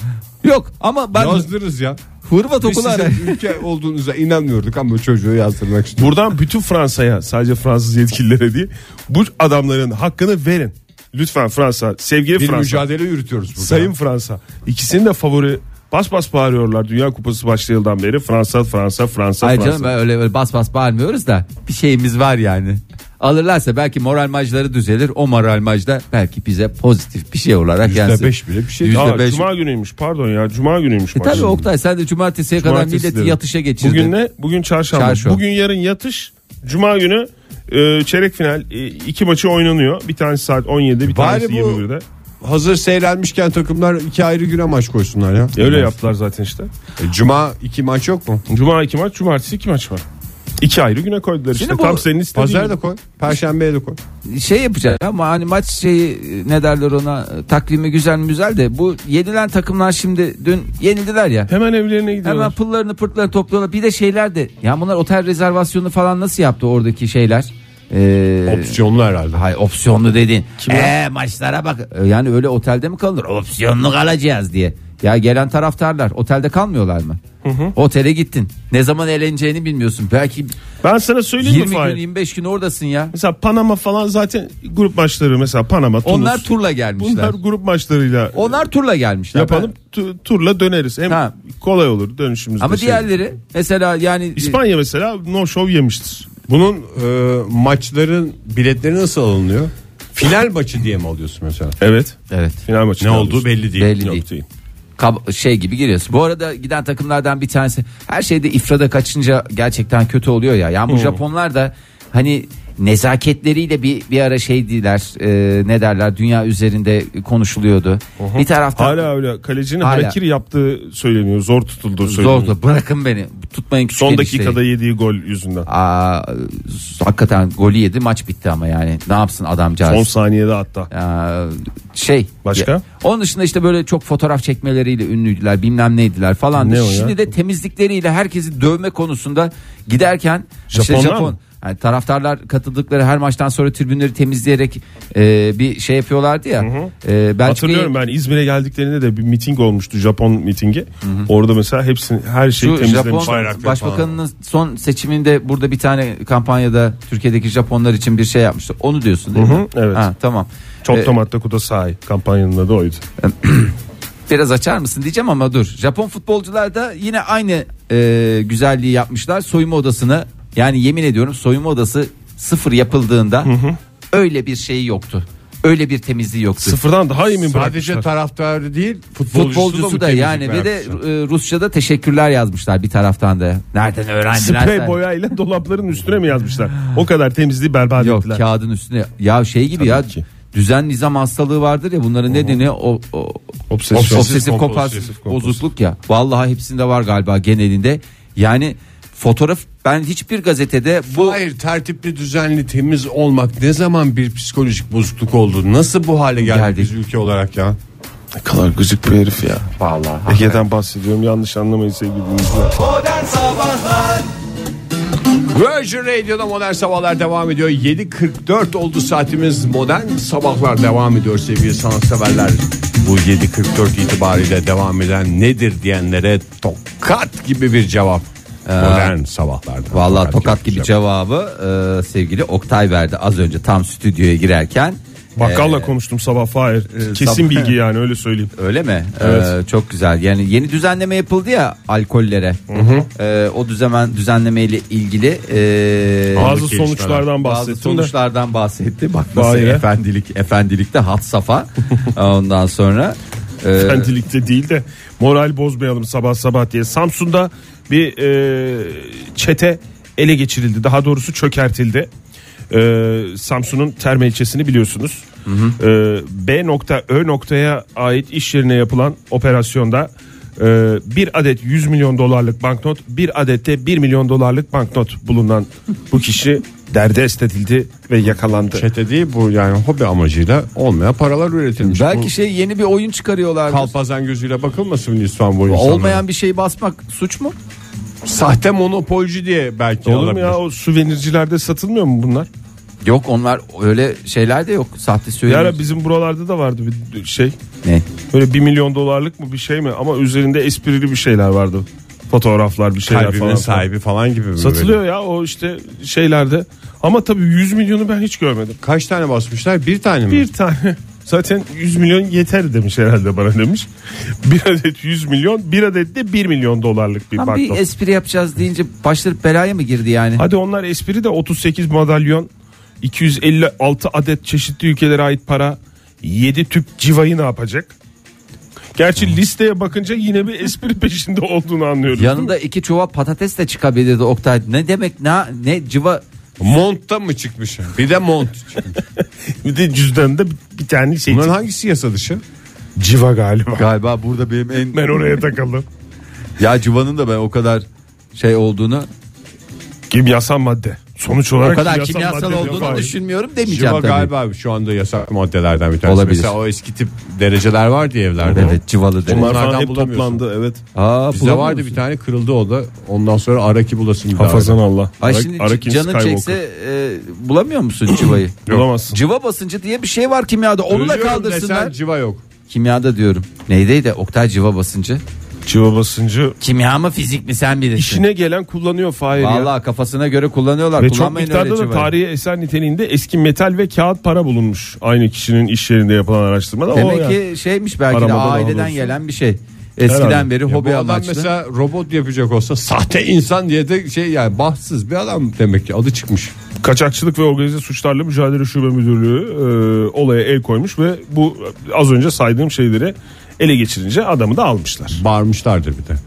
Speaker 5: Yok ama ben
Speaker 3: Yazdırırız
Speaker 4: [laughs]
Speaker 3: ya.
Speaker 5: Hırvat
Speaker 3: Biz
Speaker 5: okulu
Speaker 3: size
Speaker 5: arayayım.
Speaker 3: ülke olduğunuza inanmıyorduk ama çocuğu yazdırmak için.
Speaker 4: Buradan bütün Fransa'ya sadece Fransız yetkililere değil bu adamların hakkını verin. Lütfen Fransa sevgili
Speaker 3: Bir
Speaker 4: Fransa
Speaker 3: mücadele yürütüyoruz burada.
Speaker 4: sayın Fransa ikisinin de favori bas bas bağırıyorlar Dünya Kupası başlayıldan beri Fransa Fransa Fransa
Speaker 5: Hayır
Speaker 4: Fransa.
Speaker 5: canım ben öyle, öyle bas bas bağırmıyoruz da bir şeyimiz var yani. Alırlarsa belki moral majları düzelir. O moral majda belki bize pozitif bir şey olarak yansır.
Speaker 3: %5 bile bir şey.
Speaker 5: Yüzde
Speaker 4: Aa,
Speaker 5: beş.
Speaker 4: Cuma günüymüş pardon ya Cuma günüymüş.
Speaker 5: E
Speaker 4: maç.
Speaker 5: tabii Oktay sen de cumartesiye kadar
Speaker 4: Cumartesi
Speaker 5: milleti
Speaker 4: dedim.
Speaker 5: yatışa geçirdin.
Speaker 4: Bugün ne? Bugün çarşamba.
Speaker 5: Çarşamba.
Speaker 4: Bugün yarın yatış. Cuma günü e, çeyrek final e, iki maçı oynanıyor. Bir tanesi saat 17,
Speaker 3: Bari
Speaker 4: bir tanesi
Speaker 3: bu-
Speaker 4: 21'de.
Speaker 3: Hazır seyrenmişken takımlar iki ayrı güne maç koysunlar ya.
Speaker 4: E, Öyle yaptılar zaten işte.
Speaker 3: E, Cuma iki maç yok mu?
Speaker 4: Cuma iki maç, cumartesi iki maç var. İki ayrı güne koydular işte.
Speaker 5: Şimdi bu-
Speaker 4: Tam senin istediğin.
Speaker 3: Pazar
Speaker 4: gibi.
Speaker 3: da koy. Perşembeye de koy.
Speaker 5: şey yapacak ama hani maç şeyi ne derler ona e, takvimi güzel mi güzel de bu yenilen takımlar şimdi dün yenildiler ya.
Speaker 4: Hemen evlerine
Speaker 5: Hemen
Speaker 4: gidiyorlar.
Speaker 5: pullarını pırtlarını topluyorlar. Bir de şeyler de ya bunlar otel rezervasyonu falan nasıl yaptı oradaki şeyler? Ee,
Speaker 3: Opsiyonlu herhalde.
Speaker 5: hay opsiyonlu dedin. Ee, maçlara bak. Ee, Yani öyle otelde mi kalınır? Opsiyonlu kalacağız diye. Ya gelen taraftarlar otelde kalmıyorlar mı? Otele gittin. Ne zaman eğleneceğini bilmiyorsun. Belki
Speaker 4: Ben sana söyleyeyim
Speaker 5: 20
Speaker 4: mi
Speaker 5: gün
Speaker 4: Fahir?
Speaker 5: 25 gün oradasın ya.
Speaker 4: Mesela Panama falan zaten grup maçları mesela Panama, Tunus.
Speaker 5: Onlar turla gelmişler.
Speaker 4: Bunlar grup maçlarıyla
Speaker 5: Onlar turla gelmişler.
Speaker 4: yapalım tu- turla döneriz. Hem
Speaker 5: Ha.
Speaker 4: kolay olur dönüşümüzde.
Speaker 5: Ama
Speaker 4: şey.
Speaker 5: diğerleri mesela yani
Speaker 4: İspanya mesela no show yemiştir.
Speaker 3: Bunun e, maçların biletleri nasıl alınıyor? Final maçı diye mi alıyorsun mesela?
Speaker 4: Evet.
Speaker 5: e, evet
Speaker 4: Final maçı.
Speaker 3: Ne olduğu belli değil.
Speaker 5: belli
Speaker 4: Yok
Speaker 5: değil.
Speaker 4: değil.
Speaker 5: Kab- şey gibi giriyorsun. Bu arada giden takımlardan bir tanesi her şeyde ifrada kaçınca gerçekten kötü oluyor ya. Yani bu
Speaker 4: Hmm.
Speaker 5: Japonlar da hani nezaketleriyle bir bir ara şeydiler. e, ne derler? Dünya üzerinde konuşuluyordu. Bir taraftan
Speaker 4: Hala öyle kalecinin
Speaker 5: Hala.
Speaker 4: harekiri yaptığı söyleniyor. Zor tutulduğu söyleniyor.
Speaker 5: zordu. Bırakın beni. Tutmayın küçük
Speaker 4: Son
Speaker 5: enişteyi.
Speaker 4: dakikada yediği gol yüzünden.
Speaker 5: Aa, hakikaten golü yedi maç bitti ama yani ne yapsın adamcağız
Speaker 4: 10 saniyede hatta.
Speaker 5: Ee, şey
Speaker 4: Başka?
Speaker 5: Ya, onun dışında işte böyle çok fotoğraf çekmeleriyle ünlüydüler bilmem neydiler falan
Speaker 4: Ne o ya?
Speaker 5: şimdi de temizlikleriyle herkesi dövme konusunda giderken işte
Speaker 4: Japonlar
Speaker 5: Japon
Speaker 4: mı?
Speaker 5: yani taraftarlar katıldıkları her maçtan sonra tribünleri temizleyerek e, bir şey yapıyorlardı ya E, Belçika'yı-
Speaker 4: Hatırlıyorum ben İzmir'e geldiklerinde de bir miting olmuştu Japon mitingi. Orada mesela hepsini her şeyi
Speaker 5: Şu Japon
Speaker 4: temizlemiş. Bayraklar falan.
Speaker 5: başbakanının son seçiminde burada bir tane kampanyada Türkiye'deki Japonlar için bir şey yapmıştı. Onu diyorsun değil
Speaker 4: Hı hı,
Speaker 5: mi?
Speaker 4: evet.
Speaker 5: Ha, tamam.
Speaker 4: Çok
Speaker 5: Ee,
Speaker 4: tomatta kuda sahi kampanyanın adı oydu.
Speaker 5: biraz açar mısın diyeceğim ama dur. Japon futbolcular da yine aynı e, güzelliği yapmışlar. Soyunma odasını yani yemin ediyorum soyunma odası sıfır yapıldığında öyle bir şeyi yoktu. Öyle bir temizliği yoktu.
Speaker 4: Sıfırdan daha iyi mi
Speaker 3: Sadece
Speaker 4: bırakmışlar?
Speaker 3: taraftarı değil futbolcusu,
Speaker 5: Futbolcusu da, yani ve de e, Rusça'da teşekkürler yazmışlar bir taraftan da. Nereden öğrendiler?
Speaker 4: Sprey boyayla dolapların üstüne mi yazmışlar? O kadar temizliği berbat
Speaker 5: Yok
Speaker 4: ettiler.
Speaker 5: kağıdın üstüne ya şey gibi ya
Speaker 4: ki.
Speaker 5: düzen nizam hastalığı vardır ya bunların nedeni o, o
Speaker 4: Obsesyon.
Speaker 5: obsesif kompulsif bozukluk ya. Vallahi hepsinde var galiba genelinde. Yani fotoğraf ben hiçbir gazetede bu
Speaker 3: Hayır tertipli düzenli temiz olmak ne zaman bir psikolojik bozukluk oldu? Nasıl bu hale geldik,
Speaker 5: Geldik.
Speaker 3: biz ülke olarak ya?
Speaker 4: Ne kadar gıcık bir herif ya.
Speaker 5: vallahi
Speaker 4: Ege'den bahsediyorum yanlış anlamayın sevgili dinleyiciler.
Speaker 2: Modern Sabahlar
Speaker 3: Virgin Radio'da modern sabahlar devam ediyor. 7.44 oldu saatimiz modern sabahlar devam ediyor sevgili sanatseverler. Bu 7.44 itibariyle devam eden nedir diyenlere tokat gibi bir cevap. Modern sabahlarda.
Speaker 5: vallahi tokat gibi cevabı e, sevgili Oktay verdi az önce tam stüdyoya girerken.
Speaker 4: Bakkalla
Speaker 5: Ee,
Speaker 4: konuştum sabah Fahir. Ee, Kesin
Speaker 5: sabah-
Speaker 4: bilgi yani öyle söyleyeyim.
Speaker 5: Öyle mi? Ee, çok güzel. Yani yeni düzenleme yapıldı ya alkollere. Ee, o düzemen düzenlemeyle ilgili e,
Speaker 4: Bazı
Speaker 3: gelişmeler.
Speaker 4: sonuçlardan
Speaker 5: bazı
Speaker 4: bahsettim de.
Speaker 5: sonuçlar bahsetti. Bak nasıl
Speaker 4: Bahire.
Speaker 5: efendilik efendilikte hat
Speaker 4: [laughs]
Speaker 5: safa. Ondan sonra e,
Speaker 4: Kendilikte değil de moral bozmayalım sabah sabah diye. Samsun'da bir e, çete ele geçirildi. Daha doğrusu çökertildi. E, Samsun'un Terme ilçesini biliyorsunuz. E, B nokta Ö noktaya ait iş yerine yapılan operasyonda e, bir adet 100 milyon dolarlık banknot, bir adette 1 milyon dolarlık banknot bulunan bu kişi derdest edildi ve yakalandı.
Speaker 3: Çete değil bu yani hobi amacıyla olmayan paralar üretilmiş.
Speaker 5: Belki
Speaker 3: Bu
Speaker 5: şey yeni bir oyun çıkarıyorlar.
Speaker 3: kalpazan gözüyle bakılmasın lütfen bu insanlara.
Speaker 5: Olmayan bir şeyi basmak suç mu?
Speaker 3: sahte monopolcu diye belki
Speaker 4: Olur mu
Speaker 3: olabilir.
Speaker 4: ya o suvenircilerde satılmıyor mu bunlar?
Speaker 5: Yok onlar öyle şeyler de yok. Sahte
Speaker 4: Bir
Speaker 5: söylüyor.
Speaker 4: ara bizim buralarda da vardı bir şey.
Speaker 5: Ne?
Speaker 4: Böyle 1 milyon dolarlık mı bir şey mi? Ama üzerinde esprili bir şeyler vardı. Fotoğraflar bir şeyler
Speaker 3: Kalbimin
Speaker 4: falan.
Speaker 3: sahibi falan gibi mi?
Speaker 4: Satılıyor ya o işte şeylerde. Ama tabii 100 milyonu ben hiç görmedim.
Speaker 3: Kaç tane basmışlar? Bir tane mi?
Speaker 4: Bir tane [laughs] zaten 100 milyon yeter demiş herhalde bana demiş. Bir adet 100 milyon bir adet de 1 milyon dolarlık bir
Speaker 5: Lan bir
Speaker 4: banknot.
Speaker 5: espri yapacağız deyince başları belaya mı girdi yani?
Speaker 4: Hadi onlar espri de 38 madalyon, 256 adet çeşitli ülkelere ait para, 7 tüp civayı ne yapacak? Gerçi listeye bakınca yine bir espri [laughs] peşinde olduğunu anlıyoruz.
Speaker 5: Yanında iki çuval patates de çıkabilirdi Oktay. Ne demek ne ne civa
Speaker 3: Montta mı çıkmış? Bir de
Speaker 5: [laughs]
Speaker 3: mont.
Speaker 4: Bir de cüzdanında bir, bir tane şey.
Speaker 3: Bunların hangisi yasa dışı?
Speaker 4: Civa galiba.
Speaker 5: Galiba burada benim en
Speaker 4: Ben oraya takalım.
Speaker 5: ya civanın da ben o kadar şey olduğunu
Speaker 4: Kimyasal madde. Sonuç
Speaker 5: o
Speaker 4: olarak
Speaker 5: kadar kimyasal
Speaker 4: madde diyor
Speaker 5: olduğunu
Speaker 4: Fahir.
Speaker 5: düşünmüyorum demeyeceğim
Speaker 3: Civa
Speaker 5: tabii.
Speaker 3: galiba şu anda yasak maddelerden bir tanesi.
Speaker 5: Olabilir.
Speaker 3: Mesela o eski tip dereceler vardı ya evlerde.
Speaker 5: Evet civalı dedi.
Speaker 4: Onlar falan
Speaker 3: Onlardan
Speaker 4: hep
Speaker 3: bulamıyorsun.
Speaker 4: toplandı evet.
Speaker 5: Aa
Speaker 3: Bizde vardı bir tane kırıldı o da. Ondan sonra araki bulasın bir daha.
Speaker 4: Hafazan Allah.
Speaker 5: Ay
Speaker 4: Ara-
Speaker 5: şimdi
Speaker 4: Arakin
Speaker 5: canın
Speaker 4: Skywalker.
Speaker 5: çekse e, bulamıyor musun civayı?
Speaker 4: [clears throat] Bulamazsın.
Speaker 5: Civa basıncı diye bir şey var kimyada. Onu da
Speaker 3: Ölüyorum
Speaker 5: kaldırsınlar.
Speaker 3: desen civa yok.
Speaker 5: Kimyada diyorum. Neydeydi Oktay civa basıncı?
Speaker 4: Civa basıncı.
Speaker 5: Kimya mı fizik mi sen bilirsin.
Speaker 4: İşine gelen kullanıyor Fahir ya.
Speaker 5: Vallahi kafasına göre kullanıyorlar.
Speaker 4: Ve çok
Speaker 5: Kullanmayın öyle
Speaker 4: miktarda da
Speaker 5: civayı.
Speaker 4: tarihi eser niteliğinde eski metal ve kağıt para bulunmuş. Aynı kişinin iş yerinde yapılan araştırmada. o
Speaker 5: Demek
Speaker 4: yani.
Speaker 5: ki şeymiş belki de
Speaker 4: Aramadan
Speaker 5: aileden
Speaker 4: alıyorsun.
Speaker 5: gelen bir şey. Eskiden
Speaker 4: Herhalde.
Speaker 5: beri
Speaker 3: Ya
Speaker 5: hobi
Speaker 3: bu adam
Speaker 5: amaçlı.
Speaker 3: mesela robot yapacak olsa sahte insan diye de şey yani bahtsız bir adam demek ki adı çıkmış.
Speaker 4: Kaçakçılık ve organize suçlarla mücadele şube müdürlüğü e, olaya el koymuş ve bu az önce saydığım şeyleri ele geçirince adamı da almışlar.
Speaker 3: Bağırmışlardır bir de.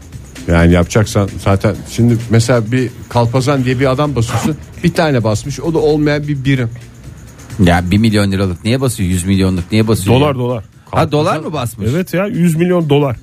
Speaker 3: Yani yapacaksan zaten şimdi mesela bir kalpazan diye bir adam basıyorsun bir tane basmış o da olmayan bir birim.
Speaker 5: Ya 1 milyon liralık niye basıyor? 100 milyonluk niye basıyor?
Speaker 4: Dolar
Speaker 5: ya?
Speaker 4: dolar.
Speaker 5: Ha dolar mı basmış?
Speaker 4: Evet ya 100 milyon dolar.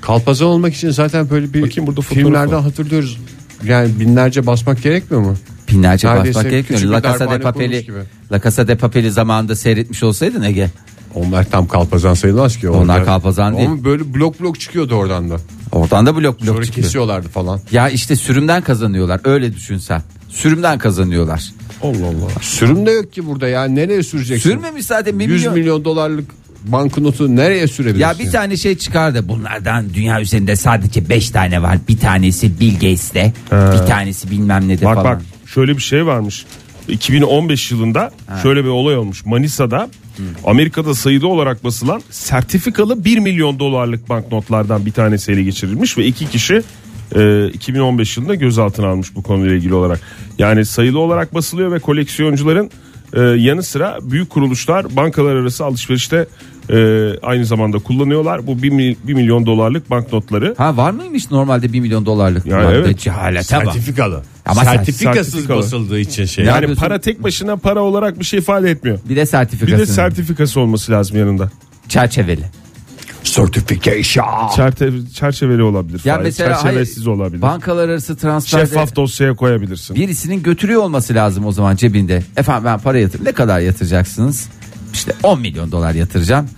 Speaker 3: Kalpazan olmak için zaten böyle bir
Speaker 4: Bakayım burada fotoğraf
Speaker 3: filmlerden
Speaker 4: var.
Speaker 3: hatırlıyoruz. Yani binlerce basmak gerekmiyor mu?
Speaker 5: Binlerce
Speaker 3: Neredeyse
Speaker 5: basmak gerekmiyor.
Speaker 3: küçük bir
Speaker 5: La Casa de
Speaker 3: darphane kurmuş
Speaker 5: Papel'i
Speaker 3: gibi.
Speaker 5: La Casa de Papel'i zamanında seyretmiş olsaydın Ege.
Speaker 3: Onlar tam kalpazan sayılmaz ki.
Speaker 5: Onlar
Speaker 3: orada.
Speaker 5: kalpazan değil.
Speaker 3: Ama böyle blok blok çıkıyordu oradan da.
Speaker 5: Oradan da blok
Speaker 3: Sonra
Speaker 5: blok çıkıyor.
Speaker 3: kesiyorlardı falan.
Speaker 5: Ya işte sürümden kazanıyorlar. Öyle düşün sen. Sürümden kazanıyorlar.
Speaker 4: Allah Allah.
Speaker 3: Sürüm de yok ki burada ya nereye süreceksin?
Speaker 5: Sürmemiş zaten 1
Speaker 3: 100 milyon,
Speaker 5: milyon.
Speaker 3: dolarlık banknotu nereye sürebilirsin?
Speaker 5: Ya bir tane şey çıkardı. Bunlardan dünya üzerinde sadece 5 tane var. Bir tanesi Bill Gates'te, bir tanesi bilmem ne de
Speaker 4: Bak
Speaker 5: falan.
Speaker 4: bak şöyle bir şey varmış. 2015 yılında şöyle bir olay olmuş. Manisa'da Amerika'da sayıda olarak basılan sertifikalı 1 milyon dolarlık banknotlardan bir tanesi ele geçirilmiş ve iki kişi e, 2015 yılında gözaltına almış bu konuyla ilgili olarak. Yani sayılı olarak basılıyor ve koleksiyoncuların e, yanı sıra büyük kuruluşlar bankalar arası alışverişte e, aynı zamanda kullanıyorlar bu 1, milyon dolarlık banknotları.
Speaker 5: Ha var mıymış normalde 1 milyon dolarlık?
Speaker 4: Yani
Speaker 5: Var
Speaker 4: evet.
Speaker 5: da Cehalete bak.
Speaker 3: sertifikalı.
Speaker 5: Ama
Speaker 3: sertifikasız
Speaker 4: sertifikalı.
Speaker 3: basıldığı için şey.
Speaker 5: Ya-
Speaker 4: Yani
Speaker 5: yapıyorsun?
Speaker 4: para tek başına para olarak bir şey ifade etmiyor.
Speaker 5: Bir de
Speaker 4: Bir
Speaker 5: sertifikası.
Speaker 4: de sertifikası olması lazım yanında.
Speaker 5: çerçeveli.
Speaker 3: Certification.
Speaker 4: Çerte- çerçeveli olabilir.
Speaker 5: Ya
Speaker 4: Fahir.
Speaker 5: mesela
Speaker 4: çerçevesiz
Speaker 5: hayır,
Speaker 4: olabilir.
Speaker 5: Bankalar arası transferde
Speaker 4: Şeffaf dosyaya koyabilirsin.
Speaker 5: birisinin götürüyor olması lazım o zaman cebinde. Efendim ben para yatır. Ne kadar yatıracaksınız? İşte 10 milyon dolar yatıracağım.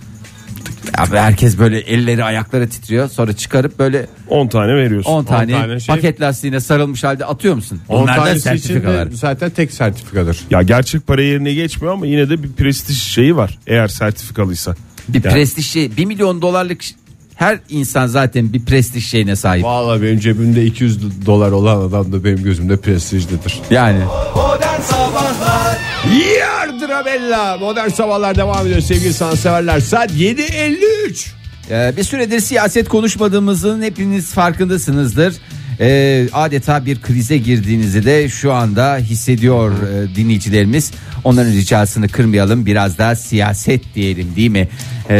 Speaker 5: Abi herkes böyle elleri ayakları titriyor. Sonra çıkarıp böyle
Speaker 4: 10 tane veriyorsun.
Speaker 5: 10 tane,
Speaker 3: tane şey-
Speaker 5: paket lastiğine sarılmış halde atıyor musun? Onlar da
Speaker 3: tanesi için
Speaker 5: sertifikalar.
Speaker 3: de zaten tek sertifikadır.
Speaker 4: Ya gerçek para yerine geçmiyor ama yine de bir prestij şeyi var. Eğer sertifikalıysa.
Speaker 5: Bir
Speaker 4: Yani
Speaker 5: prestij şey 1 milyon dolarlık ş- her insan zaten bir prestij şeyine sahip.
Speaker 3: Vallahi benim cebimde 200 dolar olan adam da benim gözümde prestijlidir.
Speaker 5: Yani
Speaker 2: Modern Sabahlar
Speaker 3: Yardıra bella. Modern sabahlar devam ediyor sevgili sanatseverler. Saat 7.53.
Speaker 5: Ee, bir süredir siyaset konuşmadığımızın hepiniz farkındasınızdır. e, adeta bir krize girdiğinizi de şu anda hissediyor e, dinleyicilerimiz. Onların ricasını kırmayalım biraz daha siyaset diyelim değil mi? E,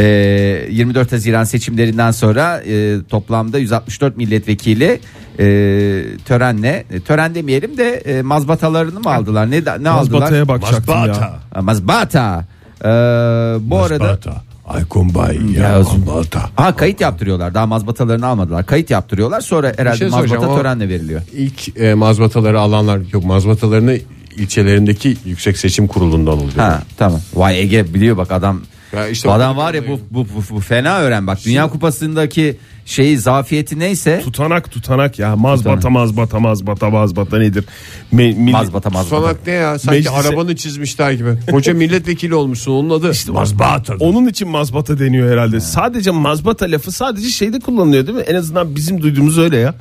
Speaker 5: 24 Haziran seçimlerinden sonra e, toplamda 164 milletvekili e, törenle e, tören demeyelim de e, mazbatalarını mı aldılar ne ne aldılar?
Speaker 4: Mazbataya bakacaktım ya.
Speaker 3: Mazbata.
Speaker 5: Ha, Mazbata. E, bu arada
Speaker 3: Mazbata. Aykon Bay ya
Speaker 5: Ya,
Speaker 3: Mazbata.
Speaker 5: Ha kayıt yaptırıyorlar. Daha mazbatalarını almadılar. Kayıt yaptırıyorlar. Sonra herhalde
Speaker 3: şey soracağım,
Speaker 5: mazbata
Speaker 3: o-
Speaker 5: törenle veriliyor.
Speaker 3: İlk e, mazbataları alanlar yok mazbatalarını ilçelerindeki yüksek seçim kurulundan alıyor.
Speaker 5: Ha tamam. Vay Ege biliyor bak adam.
Speaker 3: Ya işte
Speaker 5: Bu
Speaker 3: o-
Speaker 5: adam var ya bu, bu, bu, bu fena öğren bak. Dünya Kupası'ndaki şeyi zafiyeti neyse
Speaker 4: Tutanak tutanak ya mazbata mazbata mazbata mazbata nedir? Me- milli-
Speaker 5: mazbata mazbata.
Speaker 3: Sonak ne ya? Sanki
Speaker 4: Meclise-
Speaker 3: arabanı çizmişler gibi. Koca milletvekili olmuşsun onun adı. mazbata.
Speaker 4: Onun için mazbata deniyor herhalde. Sadece mazbata lafı sadece şeyde kullanılıyor değil mi? En azından bizim duyduğumuz öyle ya.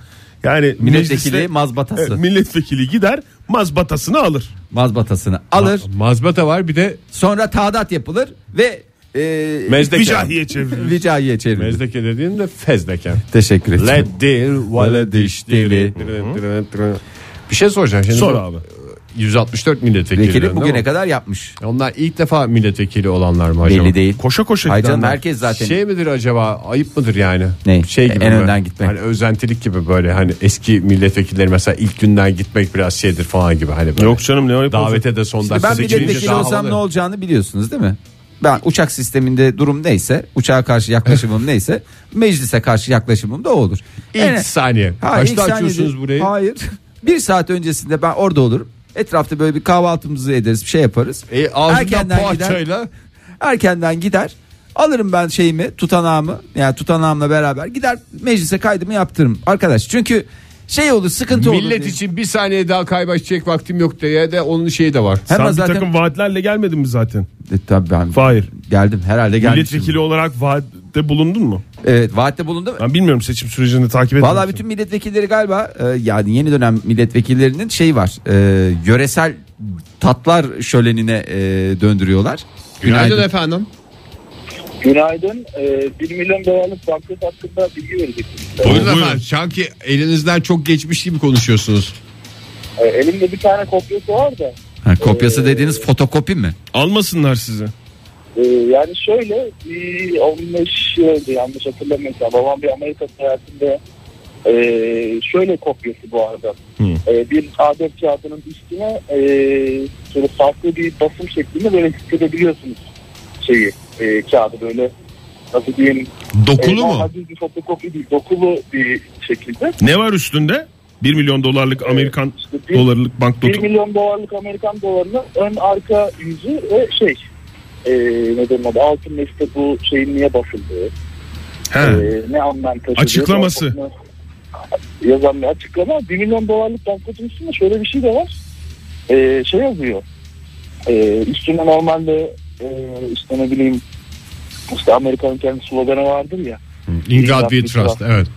Speaker 4: Yani
Speaker 5: Milletvekili
Speaker 4: mecliste-
Speaker 5: mazbatası.
Speaker 4: Evet, milletvekili gider mazbatasını alır.
Speaker 5: Mazbatasını alır.
Speaker 3: Mazbata var bir de
Speaker 5: Sonra taadat yapılır ve e,
Speaker 3: mezdeke.
Speaker 4: Vicahiye çevrilir.
Speaker 5: vicayiye çevrilir.
Speaker 3: Mezdeke dediğin de fezdeke.
Speaker 5: Teşekkür ederim.
Speaker 3: Leddir vale diş dili. Bir şey soracağım şimdi.
Speaker 4: Sor
Speaker 3: Bu,
Speaker 4: abi.
Speaker 3: 164 milletvekili.
Speaker 5: Vekili
Speaker 3: değil mi?
Speaker 5: bugüne kadar yapmış.
Speaker 3: Onlar ilk defa milletvekili olanlar mı acaba?
Speaker 5: Belli değil.
Speaker 4: [laughs] Koşa koşa
Speaker 5: Ay canım
Speaker 4: gidenler.
Speaker 5: herkes zaten.
Speaker 3: Şey midir acaba ayıp mıdır yani?
Speaker 5: Ne? E,
Speaker 3: Şey gibi
Speaker 5: En
Speaker 3: mi?
Speaker 5: önden gitmek.
Speaker 3: Hani özentilik gibi böyle hani eski milletvekilleri mesela ilk günden gitmek biraz şeydir falan gibi hani böyle.
Speaker 4: Yok canım ne ayıp olacak?
Speaker 3: Davete de son dakika
Speaker 5: ben
Speaker 3: seçilince
Speaker 5: milletvekili
Speaker 3: daha
Speaker 5: olsam
Speaker 3: havalı.
Speaker 5: ne olacağını biliyorsunuz değil mi? Ben uçak sisteminde durum neyse, uçağa karşı yaklaşımım neyse, meclise karşı yaklaşımım da o olur.
Speaker 3: İlk saniye.
Speaker 5: Hayır,
Speaker 3: Kaçta
Speaker 5: ilk saniyede-
Speaker 3: açıyorsunuz burayı?
Speaker 5: Hayır. [laughs] Bir saat öncesinde ben orada olurum. Etrafta böyle bir kahvaltımızı ederiz, bir şey yaparız.
Speaker 3: E, ağzından
Speaker 5: gider.
Speaker 3: poğaçayla.
Speaker 5: Erkenden gider. Alırım ben şeyimi, tutanağımı. Yani tutanağımla beraber gider meclise kaydımı yaptırırım arkadaş. Çünkü şey olur, sıkıntı olur.
Speaker 3: Millet
Speaker 5: diye.
Speaker 3: için bir saniye daha kaybaşacak vaktim yok diye de onun şeyi de var.
Speaker 5: Hemen
Speaker 4: Sen bir
Speaker 5: zaten
Speaker 4: takım vaatlerle gelmedin mi zaten?
Speaker 5: E, tabii ben
Speaker 4: Fahir.
Speaker 5: geldim herhalde geldim.
Speaker 4: Milletvekili olarak vaatte bulundun mu?
Speaker 5: Evet, vaatte bulundum.
Speaker 4: Ben bilmiyorum seçim sürecini takip etmiyorum.
Speaker 5: Valla bütün milletvekilleri galiba e, yani yeni dönem milletvekillerinin şey var e, yöresel tatlar şölenine e, döndürüyorlar.
Speaker 3: Günaydın efendim.
Speaker 6: Günaydın. Ee, 1 milyon dolarlık banknot hakkında bilgi verecektiniz.
Speaker 3: Buyurun,
Speaker 4: Buyurun.
Speaker 3: efendim. Sanki elinizden çok geçmiş gibi konuşuyorsunuz.
Speaker 6: Ee, elimde bir tane kopyası var da.
Speaker 5: Ha, kopyası dediğiniz fotokopi mi?
Speaker 4: Almasınlar sizi.
Speaker 6: e, yani şöyle bir 15 yıl oldu yanlış hatırlamıyorsam. Babam bir Amerika seyahatinde e, şöyle kopyası bu arada. E, bir A4 kağıdının üstüne e, şöyle farklı bir basım şeklinde böyle hissedebiliyorsunuz şeyi e, kağıdı böyle nasıl diyeyim
Speaker 3: Dokulu
Speaker 6: e,
Speaker 3: mu?
Speaker 6: normal bir fotokopi değil dokulu bir şekilde
Speaker 4: Ne var üstünde? 1 milyon dolarlık Amerikan
Speaker 6: İşte bir-
Speaker 4: dolarlık
Speaker 6: 1
Speaker 4: banknotu.
Speaker 6: milyon dolarlık Amerikan dolarının ön arka yüzü ve şey e, ne denir adı altın liste bu şeyin niye basıldığı
Speaker 4: He.
Speaker 6: e, ne anlam taşıdığı
Speaker 4: Açıklaması.
Speaker 6: yazan- yazan bir açıklama 1 milyon dolarlık banknotun üstünde şöyle bir şey de var E, şey yazıyor e, üstüne normalde e, işte ne bileyim işte Amerika'nın kendi sloganı vardır ya
Speaker 3: Ingrid We Trust evet.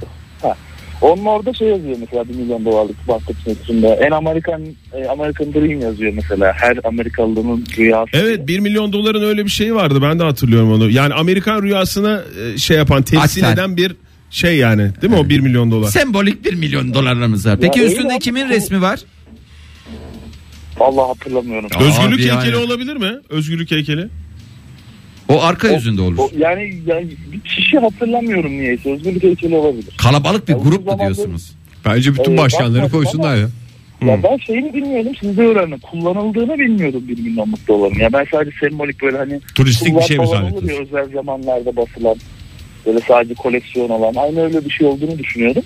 Speaker 6: Onun orada şey yazıyor mesela 1 milyon dolarlık banknotun üstünde. En Amerikan e, American Dream yazıyor mesela. Her Amerikalının rüyası.
Speaker 4: Evet 1 milyon doların öyle bir şeyi vardı ben de hatırlıyorum onu. Yani Amerikan rüyasına e, şey yapan temsil
Speaker 5: Aslen.
Speaker 4: eden bir şey yani değil mi o 1 milyon dolar?
Speaker 5: Sembolik 1 milyon dolarlarımız var. Peki
Speaker 6: Ya,
Speaker 5: üstünde
Speaker 6: öyle
Speaker 5: kimin
Speaker 6: ama-
Speaker 5: resmi var?
Speaker 6: Allah hatırlamıyorum.
Speaker 4: Özgürlük
Speaker 5: Abi
Speaker 4: heykeli
Speaker 5: yani.
Speaker 4: olabilir mi? Özgürlük heykeli.
Speaker 5: O arka yüzünde olur.
Speaker 6: O- yani, yani bir kişi hatırlamıyorum niyeyse. Özgürlük heykeli olabilir.
Speaker 5: Kalabalık bir
Speaker 6: Ya,
Speaker 5: grup
Speaker 6: uzun
Speaker 5: mu
Speaker 6: zamandır-
Speaker 5: diyorsunuz?
Speaker 3: Bence bütün
Speaker 6: Ee,
Speaker 3: başkanları
Speaker 6: bakmadım
Speaker 3: koysunlar ya.
Speaker 6: Ya ben şeyini bilmiyordum. Siz de öğrenin. Kullanıldığını bilmiyordum 1 milyonluk doların. Ya ben sadece sembolik böyle hani
Speaker 3: Turistik bir
Speaker 6: kullar
Speaker 3: şey mi
Speaker 6: falan olur ya,
Speaker 3: zannettiniz?
Speaker 6: Özel zamanlarda basılan. Böyle sadece koleksiyon olan. Aynı öyle bir şey olduğunu düşünüyordum.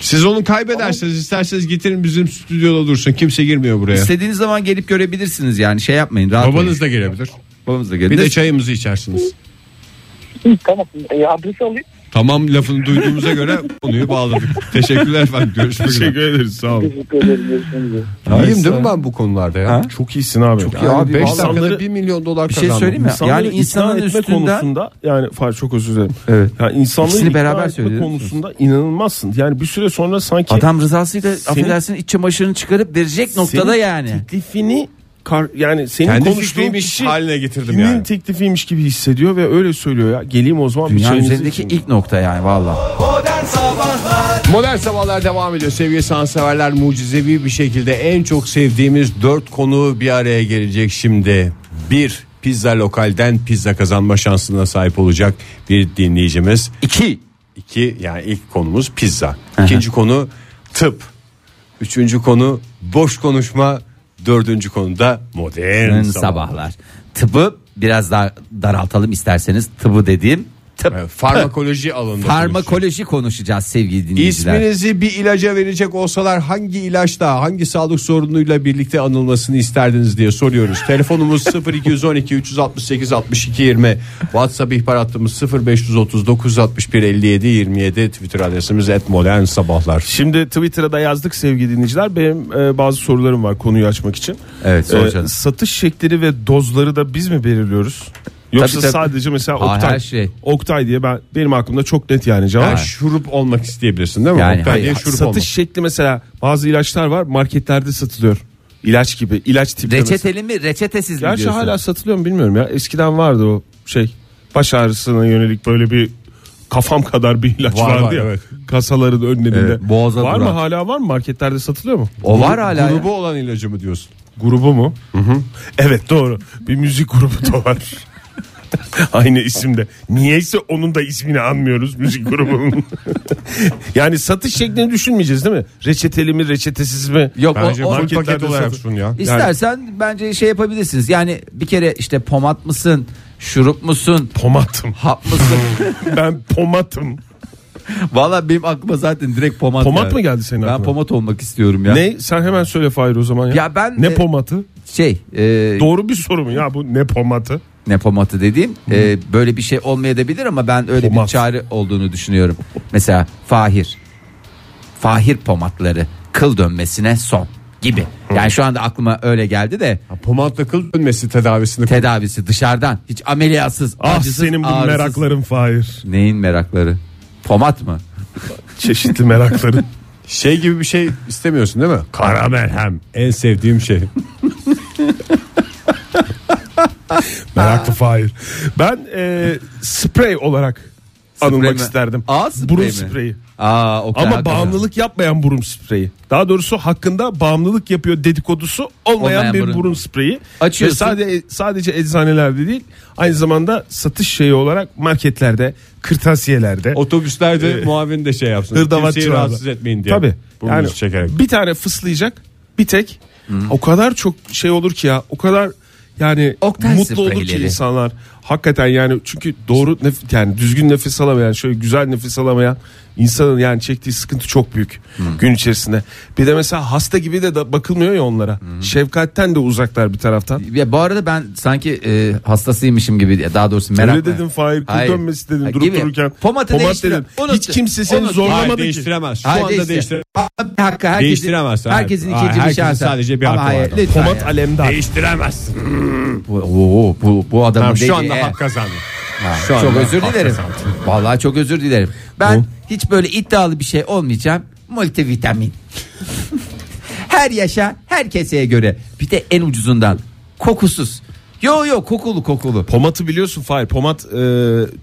Speaker 3: Siz onu kaybederseniz isterseniz getirin bizim stüdyoda dursun. Kimse girmiyor buraya.
Speaker 5: İstediğiniz zaman gelip görebilirsiniz yani şey yapmayın rahat olun.
Speaker 3: Babanız da gelebilir.
Speaker 5: Babanız da
Speaker 3: Bir
Speaker 5: gelir.
Speaker 3: de çayımızı içersiniz.
Speaker 6: Hı, tamam. E,
Speaker 3: [clears throat]
Speaker 6: adresi alayım.
Speaker 3: Tamam lafını duyduğumuza göre konuyu
Speaker 5: [laughs]
Speaker 3: bağladık. Teşekkürler efendim. Görüşmek üzere.
Speaker 4: Teşekkür ederiz sağ olun.
Speaker 6: Teşekkür ederim. Görüşmek üzere.
Speaker 3: İyiyim değil mi ben bu konularda ya?
Speaker 5: Ha?
Speaker 4: Çok iyisin abi.
Speaker 3: Yani
Speaker 5: abi,
Speaker 3: beş
Speaker 5: vallahi-
Speaker 3: dakikada
Speaker 4: İnsanları-
Speaker 3: 1 milyon dolar
Speaker 5: Bir şey
Speaker 3: kazandım.
Speaker 5: söyleyeyim mi?
Speaker 4: İnsanları
Speaker 5: Yani
Speaker 4: ikna
Speaker 5: insanın
Speaker 4: etme
Speaker 5: üstünden-
Speaker 4: konusunda yani Fahir çok özür dilerim.
Speaker 5: Evet.
Speaker 4: Yani insanları
Speaker 5: İkisini
Speaker 4: ikna
Speaker 5: beraber
Speaker 4: etme
Speaker 5: söylüyorsunuz.
Speaker 4: konusunda inanılmazsın. Yani bir süre sonra sanki
Speaker 5: Adam rızasıyla
Speaker 4: Senin-
Speaker 5: affedersin iç çamaşırını çıkarıp verecek noktada
Speaker 4: senin
Speaker 5: yani.
Speaker 4: teklifini kar, yani senin
Speaker 3: Kendi
Speaker 4: konuştuğun
Speaker 3: fikriymiş
Speaker 4: kişi
Speaker 3: haline getirdim
Speaker 4: kimin
Speaker 3: yani.
Speaker 4: teklifiymiş gibi hissediyor ve öyle söylüyor ya. Geleyim o zaman bir
Speaker 5: Dünya
Speaker 4: çayınızı
Speaker 5: üzerindeki
Speaker 4: içeyim.
Speaker 5: ilk nokta yani valla.
Speaker 2: Modern Sabahlar
Speaker 3: Modern Sabahlar devam ediyor. Sevgili sanatseverler mucizevi bir şekilde en çok sevdiğimiz dört konu bir araya gelecek şimdi. Bir, pizza lokalden pizza kazanma şansına sahip olacak bir dinleyicimiz.
Speaker 5: İki.
Speaker 3: İki, yani ilk konumuz pizza. İkinci konu tıp. Üçüncü konu boş konuşma. Dördüncü konuda modern
Speaker 5: Sabahlar.
Speaker 3: sabahlar.
Speaker 5: Tıbı biraz daha daraltalım isterseniz. Tıbı dediğim tıp.
Speaker 3: Evet, Farmakoloji alanında. konuşacağız.
Speaker 5: Farmakoloji konuşacağız sevgili dinleyiciler.
Speaker 3: İsminizi bir ilaca verecek olsalar hangi ilaçla hangi sağlık sorunuyla birlikte anılmasını isterdiniz diye soruyoruz. Telefonumuz 0212 368 62 20. WhatsApp ihbar hattımız 0530 961 57 27. Twitter adresimiz et modern sabahlar.
Speaker 4: Şimdi Twitter'a da yazdık sevgili dinleyiciler. Benim e, bazı sorularım var konuyu açmak için. E,
Speaker 5: Evet, sor canım.
Speaker 4: satış şekleri ve dozları da biz mi belirliyoruz? Yoksa
Speaker 5: Tabii, tabii.
Speaker 4: sadece mesela
Speaker 5: Aa,
Speaker 4: Oktay,
Speaker 5: her şey.
Speaker 4: Oktay diye ben benim aklımda çok net yani cevap.
Speaker 3: Ha, şurup olmak isteyebilirsin değil mi?
Speaker 5: Yani,
Speaker 3: Oktay
Speaker 5: hayır,
Speaker 3: diye şurup
Speaker 4: Satış
Speaker 3: olmak.
Speaker 4: şekli mesela bazı ilaçlar var marketlerde satılıyor. İlaç gibi ilaç tiplemesi.
Speaker 5: Reçeteli mi reçetesiz mi
Speaker 4: Gerçi
Speaker 5: diyorsun?
Speaker 4: hala satılıyor mu bilmiyorum ya. Eskiden vardı o şey baş ağrısına yönelik böyle bir kafam kadar bir ilaç
Speaker 3: Var,
Speaker 4: vardı
Speaker 3: var,
Speaker 4: ya.
Speaker 3: evet.
Speaker 4: Kasaların önlerinde.
Speaker 5: Evet, boğaza
Speaker 4: var
Speaker 5: duran.
Speaker 4: mı hala var mı marketlerde satılıyor mu?
Speaker 5: O var hala. ya.
Speaker 3: Grubu olan ilacı mı diyorsun?
Speaker 4: Grubu mu? Evet doğru. Bir müzik grubu da var. [laughs] Aynı isimde. Niyeyse onun da ismini anmıyoruz müzik grubunun. [laughs] yani satış şeklini düşünmeyeceğiz değil mi? Reçeteli mi reçetesiz mi?
Speaker 5: Yok, o-
Speaker 3: Bence
Speaker 5: o-
Speaker 3: full
Speaker 4: marketlerde
Speaker 3: paket olarak
Speaker 4: satılıyor.
Speaker 3: sun ya.
Speaker 5: İstersen bence şey yapabilirsiniz. Yani bir kere işte pomat mısın? Şurup musun?
Speaker 4: Pomatım.
Speaker 5: Hap
Speaker 4: [laughs]
Speaker 5: mısın?
Speaker 4: Ben pomatım.
Speaker 5: Valla benim aklıma zaten direkt pomat
Speaker 4: Pomat mı geldi senin
Speaker 5: Ben
Speaker 4: aklına?
Speaker 5: pomat olmak istiyorum ya.
Speaker 4: Ne? Sen hemen söyle Fahir o zaman ya.
Speaker 5: Ya ben
Speaker 4: ne
Speaker 5: e,
Speaker 4: pomatı?
Speaker 5: Şey e,
Speaker 4: Doğru bir soru mu ya bu ne pomatı?
Speaker 5: ne pomatı dediğim e, böyle bir şey olmayabilir ama ben öyle
Speaker 4: Pomat.
Speaker 5: bir çare olduğunu düşünüyorum. Mesela Fahir. Fahir pomatları kıl dönmesine son gibi. Yani şu anda aklıma öyle geldi de
Speaker 3: Pomatla kıl dönmesi
Speaker 5: [laughs]
Speaker 3: tedavisini
Speaker 5: tedavisi dışarıdan hiç ameliyatsız
Speaker 4: Ah
Speaker 5: acısız,
Speaker 4: senin bu
Speaker 5: ağrısız.
Speaker 4: merakların Fahir.
Speaker 5: Neyin merakları? Pomat mı?
Speaker 4: Çeşitli merakların.
Speaker 3: Şey gibi bir şey istemiyorsun değil mi?
Speaker 4: Kara merhem.
Speaker 3: En sevdiğim şey.
Speaker 4: Meraklı Fahir. Ben e, sprey olarak anılmak
Speaker 5: mi?
Speaker 4: isterdim.
Speaker 5: Ağız spreyi
Speaker 4: burun
Speaker 5: mi?
Speaker 4: spreyi.
Speaker 5: Aa, o kadar
Speaker 4: Ama
Speaker 5: kadar.
Speaker 4: bağımlılık yapmayan burun spreyi. Daha doğrusu hakkında bağımlılık yapıyor dedikodusu olmayan,
Speaker 5: Olmayan
Speaker 4: bir burun,
Speaker 5: burun.
Speaker 4: spreyi.
Speaker 5: Açıyorsun.
Speaker 4: Ve sadece, sadece eczanelerde değil aynı zamanda satış şeyi olarak marketlerde, kırtasiyelerde.
Speaker 3: Otobüslerde muavin de şey yapsın.
Speaker 4: hırdavatçı
Speaker 3: Kimseyi
Speaker 4: var.
Speaker 3: rahatsız etmeyin diye.
Speaker 4: Tabii.
Speaker 3: Burnunu
Speaker 4: Yani
Speaker 3: çekerek.
Speaker 4: bir tane fıslayacak bir tek o kadar çok şey olur ki ya o kadar yani
Speaker 5: Oktay
Speaker 4: mutlu olur ki
Speaker 5: spreyleri.
Speaker 4: insanlar. Hakikaten yani çünkü doğru nef- yani düzgün nefes alamayan şöyle güzel nefes alamayan insanın yani çektiği sıkıntı çok büyük gün içerisinde. Bir de mesela hasta gibi de da bakılmıyor ya onlara. Şefkatten de uzaklar
Speaker 5: [laughs]
Speaker 4: bir taraftan.
Speaker 5: Ya bu arada ben sanki e, hastasıymışım gibi daha doğrusu merak
Speaker 4: Öyle dedim Fahir kul
Speaker 5: Hayır.
Speaker 4: dönmesi dedim
Speaker 5: Ha,
Speaker 4: durup
Speaker 5: gibi.
Speaker 4: dururken.
Speaker 5: Pomatı değiştiren.
Speaker 4: dedim.
Speaker 5: Unuttu.
Speaker 4: Hiç kimse seni
Speaker 5: Unuttu.
Speaker 4: zorlamadı
Speaker 3: Hayır
Speaker 4: ki.
Speaker 3: değiştiremez. Şu
Speaker 5: Hayır,
Speaker 3: anda
Speaker 5: değiştiremez.
Speaker 3: değiştiremez.
Speaker 5: Abi, hakkı herkesin,
Speaker 3: Değiştiremez, hayır.
Speaker 5: Herkesin
Speaker 3: Hayır,
Speaker 5: ikinci bir
Speaker 3: herkesin
Speaker 5: şansı.
Speaker 3: sadece bir
Speaker 5: Ama
Speaker 3: hakkı
Speaker 5: hayır,
Speaker 3: vardı.
Speaker 5: lütfen
Speaker 4: Pomat
Speaker 5: ya.
Speaker 4: alemdar.
Speaker 3: Değiştiremez.
Speaker 5: Bu- Oo, bu, bu adamın
Speaker 3: Tamam, şu
Speaker 5: dediği
Speaker 3: anda
Speaker 5: eğer-
Speaker 3: hak kazandı.
Speaker 5: Ha,
Speaker 3: Şu
Speaker 5: çok
Speaker 3: anda
Speaker 5: özür
Speaker 3: hak
Speaker 5: dilerim.
Speaker 3: kazandı.
Speaker 5: Vallahi çok özür dilerim. Ben hiç böyle iddialı bir şey olmayacağım. Multivitamin. [laughs] Her yaşa, her keseye göre. Bir de en ucuzundan. Kokusuz. Yo yo kokulu kokulu.
Speaker 4: Pomat'ı biliyorsun Fahir. Pomat e,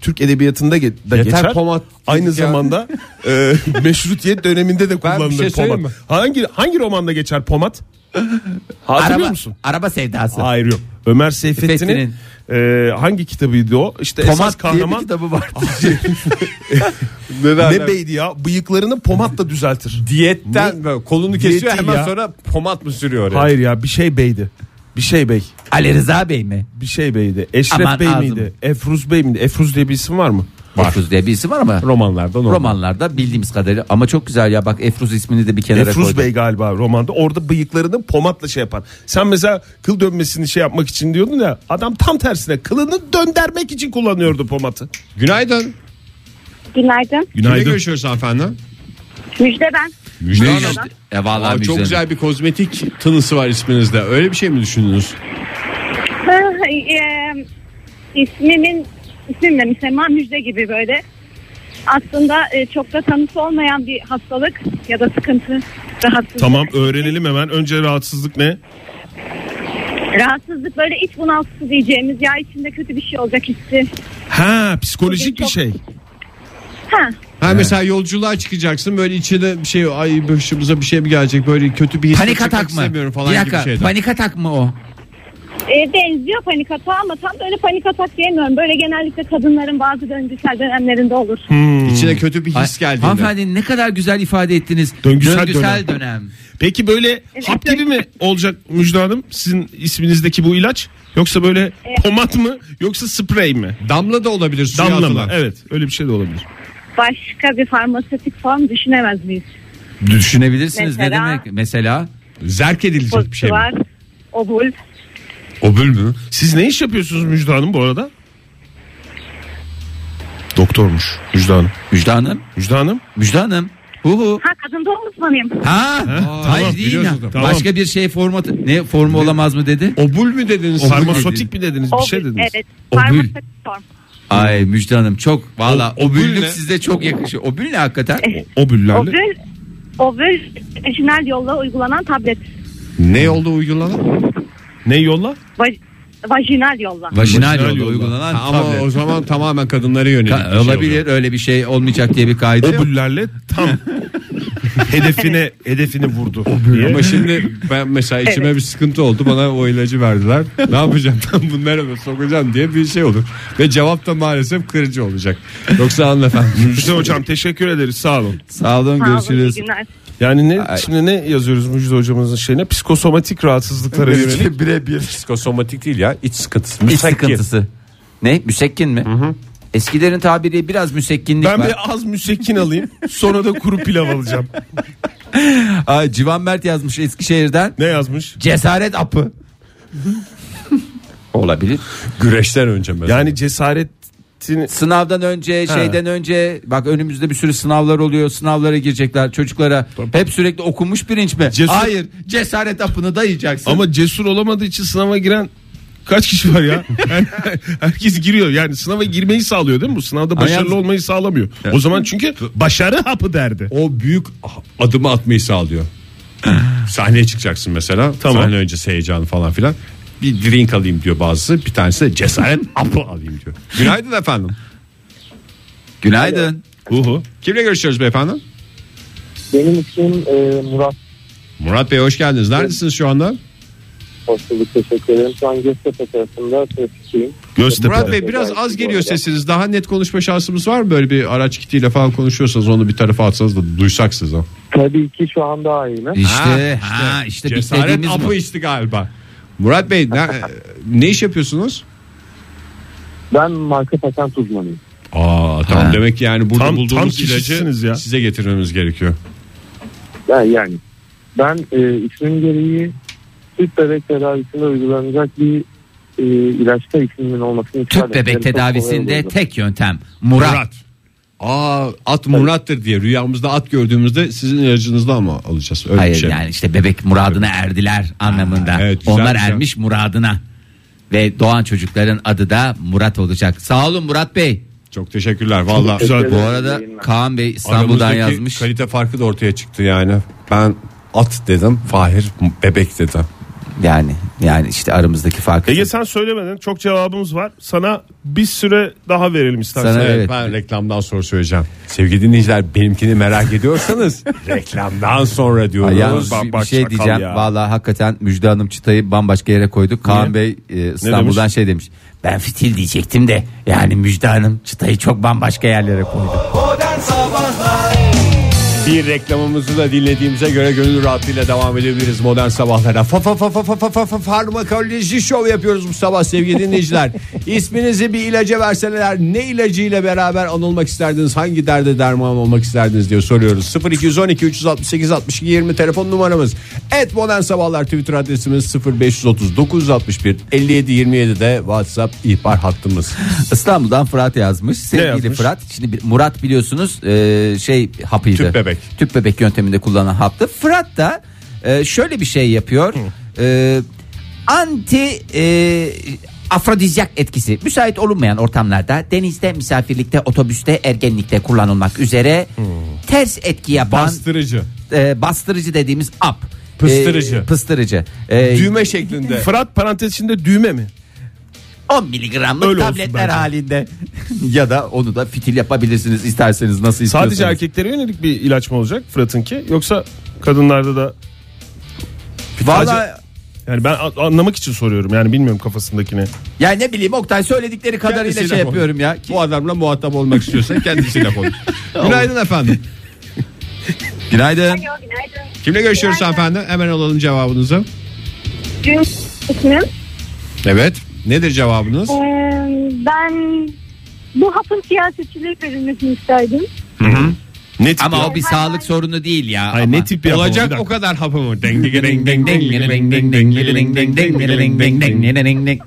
Speaker 4: Türk edebiyatında ge- da
Speaker 3: Yeter
Speaker 4: geçer.
Speaker 3: Pomat
Speaker 4: Aynı
Speaker 3: dedik ya. [laughs]
Speaker 4: zamanda e, meşrutiyet döneminde de kullanılır
Speaker 3: şey
Speaker 4: Pomat.
Speaker 3: söyleyeyim mi?
Speaker 4: Hangi hangi romanda geçer Pomat? Hatırlıyor
Speaker 5: Araba,
Speaker 4: musun?
Speaker 5: araba sevdası.
Speaker 4: Hayır yok. Ömer Seyfettin'in e, hangi kitabıydı o? İşte esas
Speaker 5: Pomat diye bir
Speaker 4: kahraman
Speaker 5: kitabı vardı. [laughs]
Speaker 4: ne beydi ya? Bıyıklarını pomatla düzeltir.
Speaker 3: Diyetten böyle kolunu kesiyor
Speaker 4: Diyeti
Speaker 3: hemen
Speaker 4: ya.
Speaker 3: sonra pomat mı sürüyor? oraya?
Speaker 4: Hayır ya bir şey beydi. Bir şey bey.
Speaker 5: Ali Rıza Bey mi?
Speaker 4: Bir şey beydi. Eşref
Speaker 5: Aman
Speaker 4: Bey
Speaker 5: ağzım.
Speaker 4: miydi? Efruz Bey miydi? Efruz diye bir isim var mı?
Speaker 5: Efruz diye bir isim var ama
Speaker 3: Romanlarda normal.
Speaker 5: romanlarda bildiğimiz kadarıyla ama çok güzel ya bak Efruz ismini de bir kenara
Speaker 4: Efruz
Speaker 5: koydum.
Speaker 4: Bey galiba romanda orada bıyıklarını pomatla şey yapar. Sen mesela kıl dönmesini şey yapmak için diyordun ya adam tam tersine kılını döndermek için kullanıyordu pomatı.
Speaker 3: Günaydın.
Speaker 7: Günaydın.
Speaker 3: Kimle görüşüyoruz hanımefendi?
Speaker 7: Müjde ben.
Speaker 3: Müjde
Speaker 7: Müjde.
Speaker 3: Hanım.
Speaker 5: Ya E, vallahi
Speaker 3: Aa, çok
Speaker 5: müjdenim.
Speaker 3: güzel bir kozmetik tınısı var isminizde. Öyle bir şey mi düşündünüz?
Speaker 7: Eee, Ah, e, ismimin ismimle müsemma müjde gibi böyle. Aslında e, çok da tanısı olmayan bir hastalık ya da sıkıntı rahatsızlık.
Speaker 4: öğrenelim hemen önce rahatsızlık ne?
Speaker 7: Rahatsızlık böyle iç bunaltısı diyeceğimiz ya içinde kötü bir şey olacak hissi.
Speaker 8: Ha psikolojik bir şey.
Speaker 7: Ha
Speaker 3: Ha mesela yolculuğa çıkacaksın böyle içinde bir şey ay başımıza bir şey mi gelecek böyle kötü bir his
Speaker 5: Panik
Speaker 3: yaşamak
Speaker 5: atak mı?
Speaker 3: istemiyorum falan
Speaker 5: bir
Speaker 3: gibi
Speaker 5: dakika.
Speaker 3: bir şeyden.
Speaker 5: panik atak mı o?
Speaker 7: E, benziyor panik atağı ama tam böyle panik atak diyemiyorum. Böyle genellikle kadınların bazı döngüsel dönemlerinde olur.
Speaker 3: Hmm. İçine kötü bir his
Speaker 5: Ay,
Speaker 3: geldiğinde.
Speaker 5: Hanımefendi ne kadar güzel ifade ettiniz.
Speaker 8: Döngüsel
Speaker 5: dönem.
Speaker 8: Peki böyle hap gibi mi olacak Müjde Hanım? Sizin isminizdeki bu ilaç yoksa böyle pomat mı yoksa sprey mi?
Speaker 3: Damla da olabilir suya
Speaker 8: Damla mı?
Speaker 3: atılan.
Speaker 8: Evet öyle bir şey de olabilir.
Speaker 7: Başka bir farmasötik form düşünemez miyiz?
Speaker 5: Düşünebilirsiniz
Speaker 7: Mesela-
Speaker 5: ne demek? Mesela
Speaker 3: Zerk edilecek bir şey mi?
Speaker 7: Pozitif var. Obul.
Speaker 8: Obül mü? Siz ne iş yapıyorsunuz Müjde Hanım bu arada? Doktormuş Müjde Hanım.
Speaker 5: Müjde Hanım.
Speaker 8: Müjde Hanım
Speaker 5: Müjde Hanım. Hu hu.
Speaker 7: Ha kadın doğum uzmanıyım.
Speaker 5: Ha? Hayır
Speaker 8: tamam,
Speaker 5: değil
Speaker 8: biliyoruz
Speaker 5: ya.
Speaker 8: o zaman. Tamam.
Speaker 5: Başka bir şey formatı. Ne formu olamaz mı dedi?
Speaker 3: Obul mü dediniz?
Speaker 8: farmasotik mi dediniz bir
Speaker 7: Obul.
Speaker 8: şey dediniz?
Speaker 7: evet.
Speaker 5: Obul.
Speaker 7: Farmasötik form.
Speaker 5: Ay Müjde Hanım çok valla
Speaker 3: O-
Speaker 5: o büllük
Speaker 3: ne?
Speaker 5: size çok yakışıyor. O bül ne hakikaten?
Speaker 8: Obüllerle.
Speaker 7: Obül. Obül. Vajinal yolla uygulanan tablet.
Speaker 3: Ne yolda uygulanan?
Speaker 8: Ne yolla?
Speaker 7: Vaj- vajinal yolla.
Speaker 5: Vajinal
Speaker 8: Vajinal
Speaker 5: yolda
Speaker 8: yolda.
Speaker 5: uygulanan
Speaker 3: Ha, ama
Speaker 5: tablet.
Speaker 3: o zaman tamamen kadınlara yönelik bir
Speaker 5: Ka-
Speaker 3: şey
Speaker 5: olabilir
Speaker 3: oluyor.
Speaker 5: öyle bir şey olmayacak diye bir kaydı yok.
Speaker 8: Obüllerle
Speaker 3: [laughs]
Speaker 8: tam hedefine hedefini vurdu. diye.
Speaker 3: Ama şimdi ben mesela içime bir sıkıntı oldu bana o ilacı verdiler. Ne yapacağım [laughs] ben bunları mı sokacağım diye bir şey olur. Ve cevap da maalesef kırıcı olacak. Yoksa
Speaker 8: [laughs]
Speaker 3: hanımefendi.
Speaker 8: Müjde Hocam teşekkür ederiz sağ olun.
Speaker 5: Sağ olun
Speaker 7: Sağ olun, iyi
Speaker 5: görüşürüz.
Speaker 7: günler.
Speaker 8: Yani ne şimdi ne yazıyoruz Müjde hocamızın şeyine? Psikosomatik rahatsızlıklara yönelik.
Speaker 3: [laughs] Birebir. Psikosomatik değil ya iç sıkıntısı.
Speaker 5: İç sıkıntısı. Ne? Müsekkin mi? Eskilerin tabiri biraz müsekkinlik
Speaker 8: Ben
Speaker 5: var.
Speaker 8: bir az müsekkin alayım. Sonra da kuru pilav alacağım.
Speaker 5: Ay, Civan Mert yazmış Eskişehir'den.
Speaker 8: Ne yazmış?
Speaker 5: Cesaret [laughs] apı. Olabilir.
Speaker 3: Güreşten önce mesela.
Speaker 8: Yani cesaretin
Speaker 5: Sınavdan önce, şeyden önce bak önümüzde bir sürü sınavlar oluyor. Sınavlara girecekler çocuklara. Hep sürekli okunmuş pirinç mi?
Speaker 8: Cesur-
Speaker 5: Hayır, cesaret apını dayayacaksın.
Speaker 8: ama cesur olamadığı için sınava giren kaç kişi var ya? Yani herkes giriyor. Yani sınava girmeyi sağlıyor değil mi? Bu sınavda başarılı
Speaker 5: yalnız-
Speaker 8: olmayı sağlamıyor. O zaman çünkü başarı hapı derdi.
Speaker 3: o büyük adımı
Speaker 8: [laughs]
Speaker 3: atmayı sağlıyor. Sahneye çıkacaksın mesela.
Speaker 8: Tamam.
Speaker 3: Sahne öncesi heyecanı falan filan. Bir drink alayım diyor bazısı. Bir tanesi de cesaret [laughs] apı alayım diyor. Günaydın efendim.
Speaker 5: Günaydın.
Speaker 8: Uhu.
Speaker 3: Kimle görüşüyoruz beyefendi?
Speaker 6: Benim için e, Murat
Speaker 3: Murat Bey hoş geldiniz. Neredesiniz şu anda?
Speaker 6: hoş bulduk teşekkür ederim. Şu an Göztepe tarafında trafikteyim.
Speaker 8: Göztepe.
Speaker 3: Murat Bey biraz az geliyor sesiniz. Daha net konuşma şansımız var mı? Böyle bir araç kitiyle falan konuşuyorsanız onu bir tarafa atsanız da duysak siz o.
Speaker 6: Tabii ki şu an daha iyi mi?
Speaker 5: İşte ha, işte
Speaker 3: Cesaret
Speaker 5: beklediğimiz bu.
Speaker 3: apı içti galiba. Murat Bey ne,
Speaker 8: [laughs]
Speaker 3: ne iş yapıyorsunuz?
Speaker 6: Ben marka patent uzmanıyım.
Speaker 3: Aa tamam
Speaker 5: Ha.
Speaker 3: demek ki yani burada
Speaker 8: Tam-
Speaker 3: bulduğunuz
Speaker 8: tam kişisiniz
Speaker 3: ilacı
Speaker 8: ya.
Speaker 3: size getirmemiz gerekiyor.
Speaker 6: Yani, yani ben e, ismim gereği tüp bebek tedavisinde uygulanacak bir e, ilaçta ismimin olmasını
Speaker 5: Tüp bebek tedavisinde tek yöntem Murat.
Speaker 3: Aa at Murat'tır diye rüyamızda at gördüğümüzde sizin ilacınızdan ama alacağız? Öyle
Speaker 5: Hayır
Speaker 3: bir şey.
Speaker 5: yani işte bebek muradına erdiler anlamında.
Speaker 3: evet, güzel,
Speaker 5: Onlar
Speaker 3: güzel.
Speaker 5: ermiş muradına. Ve doğan çocukların adı da Murat olacak. Sağ olun Murat Bey.
Speaker 3: Çok teşekkürler valla.
Speaker 6: Güzel.
Speaker 5: Bu
Speaker 6: Evet,
Speaker 5: arada
Speaker 6: yayınlar.
Speaker 5: Kaan Bey İstanbul'dan
Speaker 3: Aramızdaki
Speaker 5: yazmış.
Speaker 3: Kalite farkı da ortaya çıktı yani. Ben at dedim, Fahir bebek dedi.
Speaker 5: Yani yani işte aramızdaki farkı.
Speaker 8: Ege sen söylemeden çok cevabımız var. Sana bir süre daha verelim istersen.
Speaker 5: Sana-
Speaker 3: Evet,
Speaker 5: Evet.
Speaker 3: ben reklamdan sonra söyleyeceğim. Sevgili dinleyiciler benimkini merak ediyorsanız [laughs] reklamdan sonra
Speaker 5: Ay,
Speaker 3: diyoruz.
Speaker 5: yalnız
Speaker 8: Bak,
Speaker 5: bir-
Speaker 8: bak,
Speaker 5: bir şey
Speaker 8: çakal
Speaker 5: diyeceğim.
Speaker 8: ya.
Speaker 5: Vallahi hakikaten Müjde Hanım çıtayı bambaşka yere koyduk. Kaan Bey e, İstanbul'dan
Speaker 8: demiş?
Speaker 5: şey demiş. Ben fitil diyecektim de yani Müjde Hanım çıtayı çok bambaşka yerlere koydu.
Speaker 2: Modern Sabahlar
Speaker 3: Bir reklamımızı da dinlediğimize göre gönül rahatlığıyla devam edebiliriz modern sabahlara. Fa fa fa fa fa fa fa fa farmakoloji şov yapıyoruz bu sabah sevgili dinleyiciler. İsminizi bir ilaca verseler ne ilacıyla beraber anılmak isterdiniz? Hangi derde derman olmak isterdiniz diye soruyoruz. 0212 368 62 20 telefon numaramız. Et modern sabahlar Twitter adresimiz 0530 961 57 27 de WhatsApp ihbar hattımız.
Speaker 5: İstanbul'dan Fırat yazmış. Sevgili
Speaker 8: yazmış?
Speaker 5: Fırat. Şimdi bir- Murat biliyorsunuz e, şey hapıydı.
Speaker 3: Tüp bebek.
Speaker 5: Tüp bebek yönteminde kullanılan haptı. Fırat da e, şöyle bir şey yapıyor. E, anti e, afrodizyak etkisi müsait olunmayan ortamlarda denizde misafirlikte otobüste ergenlikte kullanılmak üzere ters etki yapan
Speaker 3: Bastırıcı.
Speaker 5: e, bastırıcı dediğimiz ap Pıstırıcı. pıstırıcı. E,
Speaker 3: Düğme şeklinde.
Speaker 4: Fırat parantez içinde düğme mi?
Speaker 5: 10 miligramlık
Speaker 4: Öyle olsun
Speaker 5: tabletler
Speaker 4: bence.
Speaker 5: halinde. [laughs] ya da onu da fitil yapabilirsiniz isterseniz nasıl istiyorsanız.
Speaker 4: Sadece erkeklere yönelik bir ilaç mı olacak Fırat'ınki? Yoksa kadınlarda da
Speaker 5: Vallahi
Speaker 4: yani ben a- anlamak için soruyorum. Yani bilmiyorum kafasındakine.
Speaker 5: yani ne bileyim Oktay söyledikleri kadarıyla
Speaker 3: Kendisiyle
Speaker 5: şey
Speaker 3: konuş.
Speaker 5: yapıyorum ya. Ki-
Speaker 3: Bu adamla muhatap olmak istiyorsan kendisiyle konuş. Günaydın efendim.
Speaker 5: Günaydın.
Speaker 7: günaydın.
Speaker 3: Kimle görüşüyoruz
Speaker 7: Günaydın.
Speaker 3: efendim? Hemen alalım cevabınızı.
Speaker 7: Dün ismim.
Speaker 3: Evet. Nedir cevabınız?
Speaker 7: Ee, ben bu hapın siyasetçilik verilmesini isterdim.
Speaker 4: Ne tip
Speaker 5: Ama
Speaker 4: ya?
Speaker 5: o bir sağlık sorunu değil ya.
Speaker 4: Ay,
Speaker 5: ama.
Speaker 4: ne tip bir yapalım? Bir
Speaker 3: Olacak
Speaker 4: dakika.
Speaker 3: o kadar hapı mı? Deng deng deng deng deng deng deng deng deng deng deng deng deng deng.
Speaker 5: Neden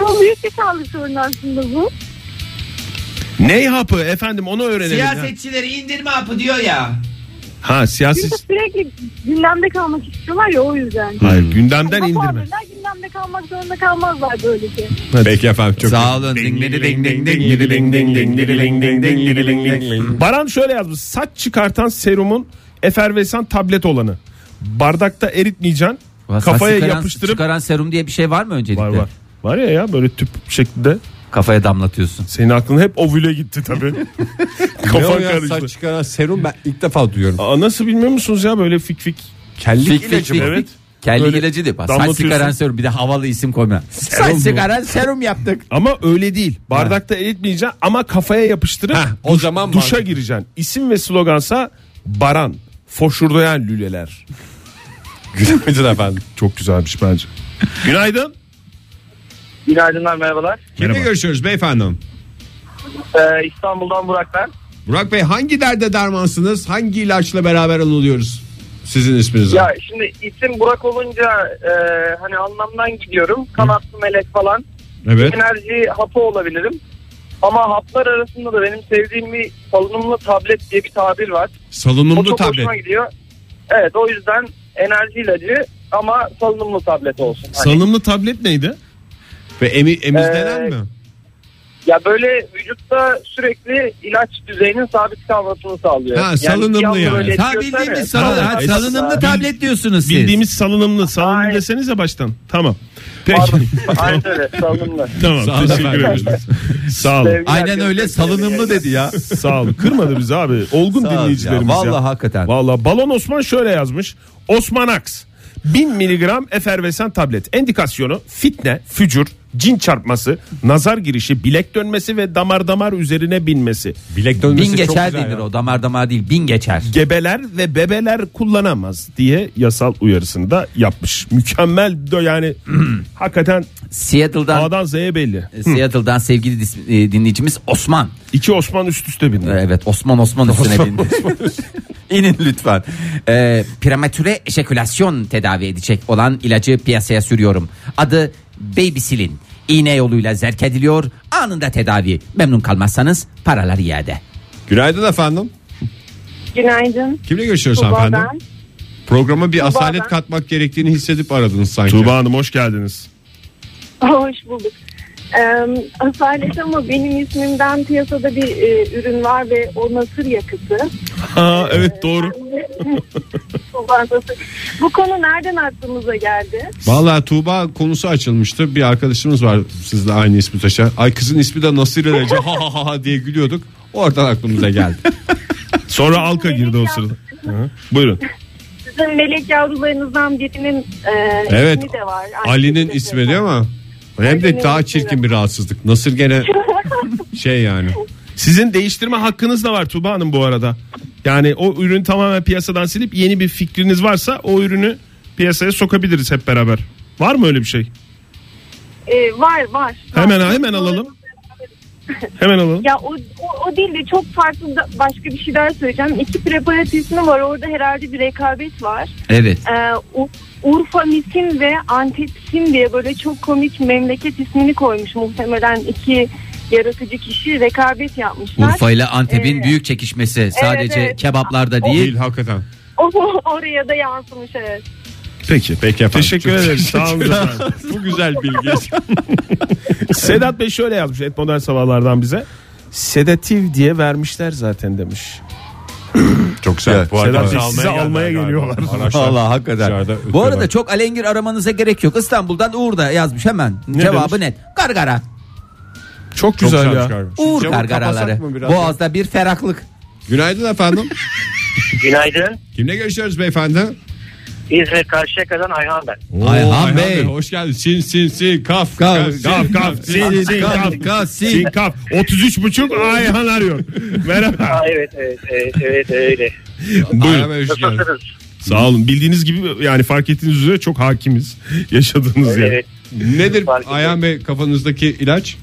Speaker 7: Bu büyük bir sağlık sorunu aslında bu.
Speaker 4: Ne hapı efendim onu öğrenelim. ya.
Speaker 2: Siyasetçileri indirme hapı diyor ya.
Speaker 4: Ha
Speaker 7: Çünkü
Speaker 4: siyaset.
Speaker 7: sürekli gündemde kalmak istiyorlar ya o yüzden.
Speaker 3: Hmm.
Speaker 4: Hayır gündemden
Speaker 7: Hap
Speaker 4: indirme.
Speaker 7: alırlar, gündemde kalmak zorunda kalmazlar böylece.
Speaker 3: Peki efendim çok
Speaker 5: Sağ olun. Ding, ding, ding, ding, ding, ding, ding, ding, ding, ding, ding, ding, ding, ding, ding.
Speaker 4: Baran şöyle yazmış. Saç çıkartan serumun efervesan tablet olanı. Bardakta eritmeyeceksin.
Speaker 5: Ulan saç
Speaker 4: kafaya
Speaker 5: çıkaran-
Speaker 4: yapıştırıp
Speaker 5: çıkaran serum diye bir şey var mı öncelikle?
Speaker 4: var var. Var ya ya böyle tüp şeklinde.
Speaker 5: Kafaya damlatıyorsun.
Speaker 4: Senin aklın hep ovüle gitti
Speaker 5: [laughs]
Speaker 4: tabii.
Speaker 3: Ne o
Speaker 4: Kafan
Speaker 3: ya,
Speaker 4: karıştı.
Speaker 3: saç çıkaran serum ben ilk defa duyuyorum.
Speaker 4: Aa, nasıl bilmiyor musunuz ya böyle fik fik.
Speaker 3: Kellik
Speaker 5: Fik, fik,
Speaker 3: ilacı
Speaker 5: fik.
Speaker 3: mı?
Speaker 4: Evet.
Speaker 5: Kelli
Speaker 4: Böyle
Speaker 5: ilacı değil. Bak, Saç
Speaker 4: damlatıyorsun.
Speaker 5: çıkaran serum bir de havalı isim koyma. Saç
Speaker 4: mu?
Speaker 5: çıkaran serum yaptık.
Speaker 4: Ama öyle değil. Bardakta eritmeyeceksin ama kafaya yapıştırıp
Speaker 3: Heh, o zaman
Speaker 4: duşa
Speaker 3: mantıklı.
Speaker 4: gireceksin. İsim ve slogansa Baran. Foşurdayan lüleler.
Speaker 3: [laughs] Günaydın efendim.
Speaker 4: Çok güzelmiş bence. Günaydın.
Speaker 6: Günaydınlar merhabalar.
Speaker 3: Kimle görüşüyoruz beyefendi?
Speaker 6: Ee, İstanbul'dan Burak ben.
Speaker 3: Burak Bey hangi derde dermansınız? Hangi ilaçla beraber alıyoruz? Sizin isminizle.
Speaker 6: Ya şimdi isim Burak olunca e, hani anlamdan gidiyorum. Kanatlı melek falan.
Speaker 3: Evet.
Speaker 6: Enerji hapı olabilirim. Ama haplar arasında da benim sevdiğim bir salınımlı tablet diye bir tabir var. O
Speaker 3: Salınımlı
Speaker 6: çok
Speaker 3: tablet.
Speaker 6: hoşuma gidiyor. Evet o yüzden enerji ilacı ama salınımlı tablet olsun. Hani,
Speaker 4: Salınımlı tablet neydi?
Speaker 3: Ve emi, emizlenen
Speaker 6: Ee,
Speaker 3: mi?
Speaker 6: ya böyle vücutta sürekli ilaç düzeyinin sabit kalmasını sağlıyor.
Speaker 3: Ha, salınımlı
Speaker 6: bir anda
Speaker 3: yani.
Speaker 6: böyle
Speaker 5: Ha
Speaker 6: etkiliyorsa
Speaker 5: bildiğimiz
Speaker 6: evet.
Speaker 5: salın,
Speaker 4: Ha,
Speaker 5: ha,
Speaker 4: es-
Speaker 5: salınımlı
Speaker 6: Bil-
Speaker 5: tablet diyorsunuz siz.
Speaker 4: Bildiğimiz salınımlı. Salınım
Speaker 6: Aynen.
Speaker 4: desenize baştan. Tamam. Peki.
Speaker 6: Pardon. Aynen öyle salınımlı.
Speaker 4: tamam.
Speaker 3: Sağ olun
Speaker 4: teşekkür
Speaker 3: efendim.
Speaker 4: ederiz. Sağ olun.
Speaker 6: Sevgiler,
Speaker 5: Aynen öyle
Speaker 6: görüşmek
Speaker 5: salınımlı dedi ya.
Speaker 4: Sağ olun. Kırmadı bizi abi. Olgun
Speaker 5: Sağ ol ya.
Speaker 4: dinleyicilerimiz ya.
Speaker 5: Vallahi hakikaten.
Speaker 4: Vallahi Balon Osman şöyle yazmış. Osman Aks. 1000 miligram efervesan tablet. Endikasyonu fitne, fücur, cin çarpması, nazar girişi, bilek dönmesi ve damar damar üzerine binmesi.
Speaker 3: Bilek dönmesi
Speaker 5: Bin geçer
Speaker 3: çok güzel
Speaker 5: denir
Speaker 3: ya.
Speaker 5: o damar damar değil bin geçer.
Speaker 4: Gebeler ve bebeler kullanamaz diye yasal uyarısını da yapmış. Mükemmel de yani [clears throat] hakikaten
Speaker 5: Seattle'dan
Speaker 4: A'dan Z'ye belli.
Speaker 5: Seattle'dan sevgili dis- e, dinleyicimiz Osman.
Speaker 4: İki Osman üst üste bindi.
Speaker 5: Ee, Evet Osman [laughs] Osman üstüne bindi. [laughs] İnin lütfen. Ee, prematüre ejakülasyon tedavi edecek olan ilacı piyasaya sürüyorum. Adı Babysilin. İğne yoluyla zerk ediliyor. Anında tedavi. Memnun kalmazsanız paralar iade.
Speaker 3: Günaydın efendim.
Speaker 7: Günaydın.
Speaker 3: Kimle görüşüyoruz
Speaker 7: Tuba
Speaker 3: efendim?
Speaker 7: ben.
Speaker 3: Programa bir asalet
Speaker 7: ben.
Speaker 3: katmak gerektiğini hissedip aradınız sanki.
Speaker 4: Tuğba Hanım hoş geldiniz.
Speaker 7: [laughs] Hoş bulduk. Ee, asalet ama benim ismimden piyasada bir e, ürün var ve o nasır yakıtı.
Speaker 4: Ha, evet doğru.
Speaker 7: Tuğba nasır. Bu konu nereden aklımıza geldi?
Speaker 3: Vallahi Tuğba konusu açılmıştı. Bir arkadaşımız var sizle aynı ismi taşıyan. Ay kızın ismi de Nasir Recep ha ha ha ha diye gülüyorduk. Oradan aklımıza geldi.
Speaker 4: [laughs] Sonra Alka girdi o sırada. Hı, Buyurun.
Speaker 7: Sizin melek yavrularınızdan birinin e,
Speaker 3: Evet.
Speaker 7: ismi de var.
Speaker 3: Ali'nin
Speaker 7: Aynı
Speaker 3: ismi
Speaker 7: şekilde.
Speaker 3: değil mi? Hem de
Speaker 7: Ali'nin
Speaker 3: daha
Speaker 7: ismi.
Speaker 3: çirkin bir rahatsızlık. Nasır
Speaker 7: [laughs]
Speaker 3: gene şey yani.
Speaker 4: Sizin değiştirme hakkınız da var Tuba Hanım bu arada. Yani o ürün tamamen piyasadan silip yeni bir fikriniz varsa o ürünü piyasaya sokabiliriz hep beraber. Var mı öyle bir şey?
Speaker 7: Ee, var var.
Speaker 4: Hemen
Speaker 7: Var.
Speaker 4: hemen
Speaker 7: [laughs]
Speaker 4: alalım. Hemen alalım.
Speaker 7: Ya o, o, o değil de çok farklı da başka bir şey daha söyleyeceğim. İki preparat ismi var. Orada herhalde bir rekabet var.
Speaker 5: Evet.
Speaker 7: Ee, U- Urfa Misin ve Antepsin diye böyle çok komik memleket ismini koymuş. Muhtemelen iki yaratıcı kişi rekabet yapmışlar.
Speaker 5: Urfa ile Antep'in
Speaker 7: Ee,
Speaker 5: büyük çekişmesi. Sadece
Speaker 7: evet.
Speaker 5: kebaplarda
Speaker 3: Değil
Speaker 5: değil.
Speaker 3: hakikaten.
Speaker 7: O, oraya da yansımış evet.
Speaker 4: Peki.
Speaker 3: Peki efendim.
Speaker 4: Teşekkür
Speaker 3: Çok-
Speaker 4: ederim. Sağ olun. efendim.
Speaker 3: Bu güzel bilgi.
Speaker 4: Sedat Bey şöyle yazmış et modern sabahlardan bize. Sedatif diye vermişler zaten demiş.
Speaker 3: Çok sert. Bu
Speaker 4: Sedat Bey
Speaker 3: arada
Speaker 4: sizi almaya geliyorlar.
Speaker 5: Allah hakikaten.
Speaker 3: dışarıda
Speaker 5: Bu
Speaker 3: ötüyorlar.
Speaker 5: arada çok alengir aramanıza gerek yok. İstanbul'dan Uğur da yazmış hemen. Cevabı net. Gargara.
Speaker 4: Çok
Speaker 3: güzel
Speaker 4: güzel
Speaker 3: ya.
Speaker 4: ya.
Speaker 5: Uğur
Speaker 3: camı
Speaker 5: gargaraları.
Speaker 3: kapatsak mı biraz?
Speaker 5: Boğaz'da bir ferahlık.
Speaker 3: Günaydın efendim.
Speaker 6: Günaydın.
Speaker 3: Kimle görüşüyoruz beyefendi?
Speaker 6: İzmir Karşıyaka'dan Ayhan ben.
Speaker 3: Oo,
Speaker 5: Ayhan Bey.
Speaker 3: Hoş geldiniz. Sin sin sin kaf
Speaker 5: Kaf,
Speaker 3: kaf
Speaker 5: sin,
Speaker 3: kaf kaf sin sin kaf.
Speaker 4: Sin kaf. 33 buçuk Ayhan arıyor. Merhaba.
Speaker 6: Aa, evet, evet, evet, evet, öyle.
Speaker 3: Ayhan Bey, hoş geldiniz.
Speaker 6: Nasılsınız?
Speaker 4: Sağ olun. Bildiğiniz gibi yani fark ettiğiniz üzere çok hakimiz [laughs] yaşadığınız yer.
Speaker 6: Evet.
Speaker 3: Nedir
Speaker 6: Fark ettim.
Speaker 3: Ayhan Bey kafanızdaki ilaç?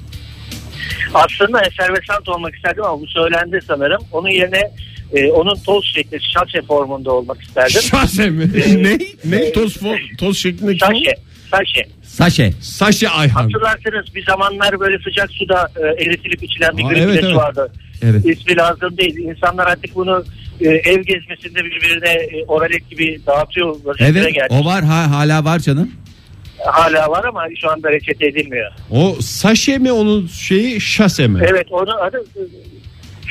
Speaker 6: Aslında eservesant olmak isterdim ama bu söylendi sanırım. Onun yerine e, onun toz şekli şase formunda olmak isterdim.
Speaker 3: Şahsen mi?
Speaker 4: ne? Ne? Toz, fo- toz şeklindeki
Speaker 6: Saşe, saşe.
Speaker 5: Saşe.
Speaker 3: Saşe Ayhan.
Speaker 6: Hatırlarsınız bir zamanlar böyle sıcak suda e, eritilip içilen bir
Speaker 3: Aa,
Speaker 6: grip
Speaker 3: evet,
Speaker 6: ilacı
Speaker 3: evet.
Speaker 6: vardı.
Speaker 5: Evet.
Speaker 6: İsmi lazım değil. İnsanlar artık bunu e, ev gezmesinde birbirine e, oralet gibi dağıtıyor vazifelere
Speaker 5: Evet
Speaker 6: geldi.
Speaker 5: o var ha, hala var canım.
Speaker 6: Hala var ama şu anda reçete edilmiyor.
Speaker 3: O saşe mi onun şeyi şase mi?
Speaker 6: Evet onun adı e,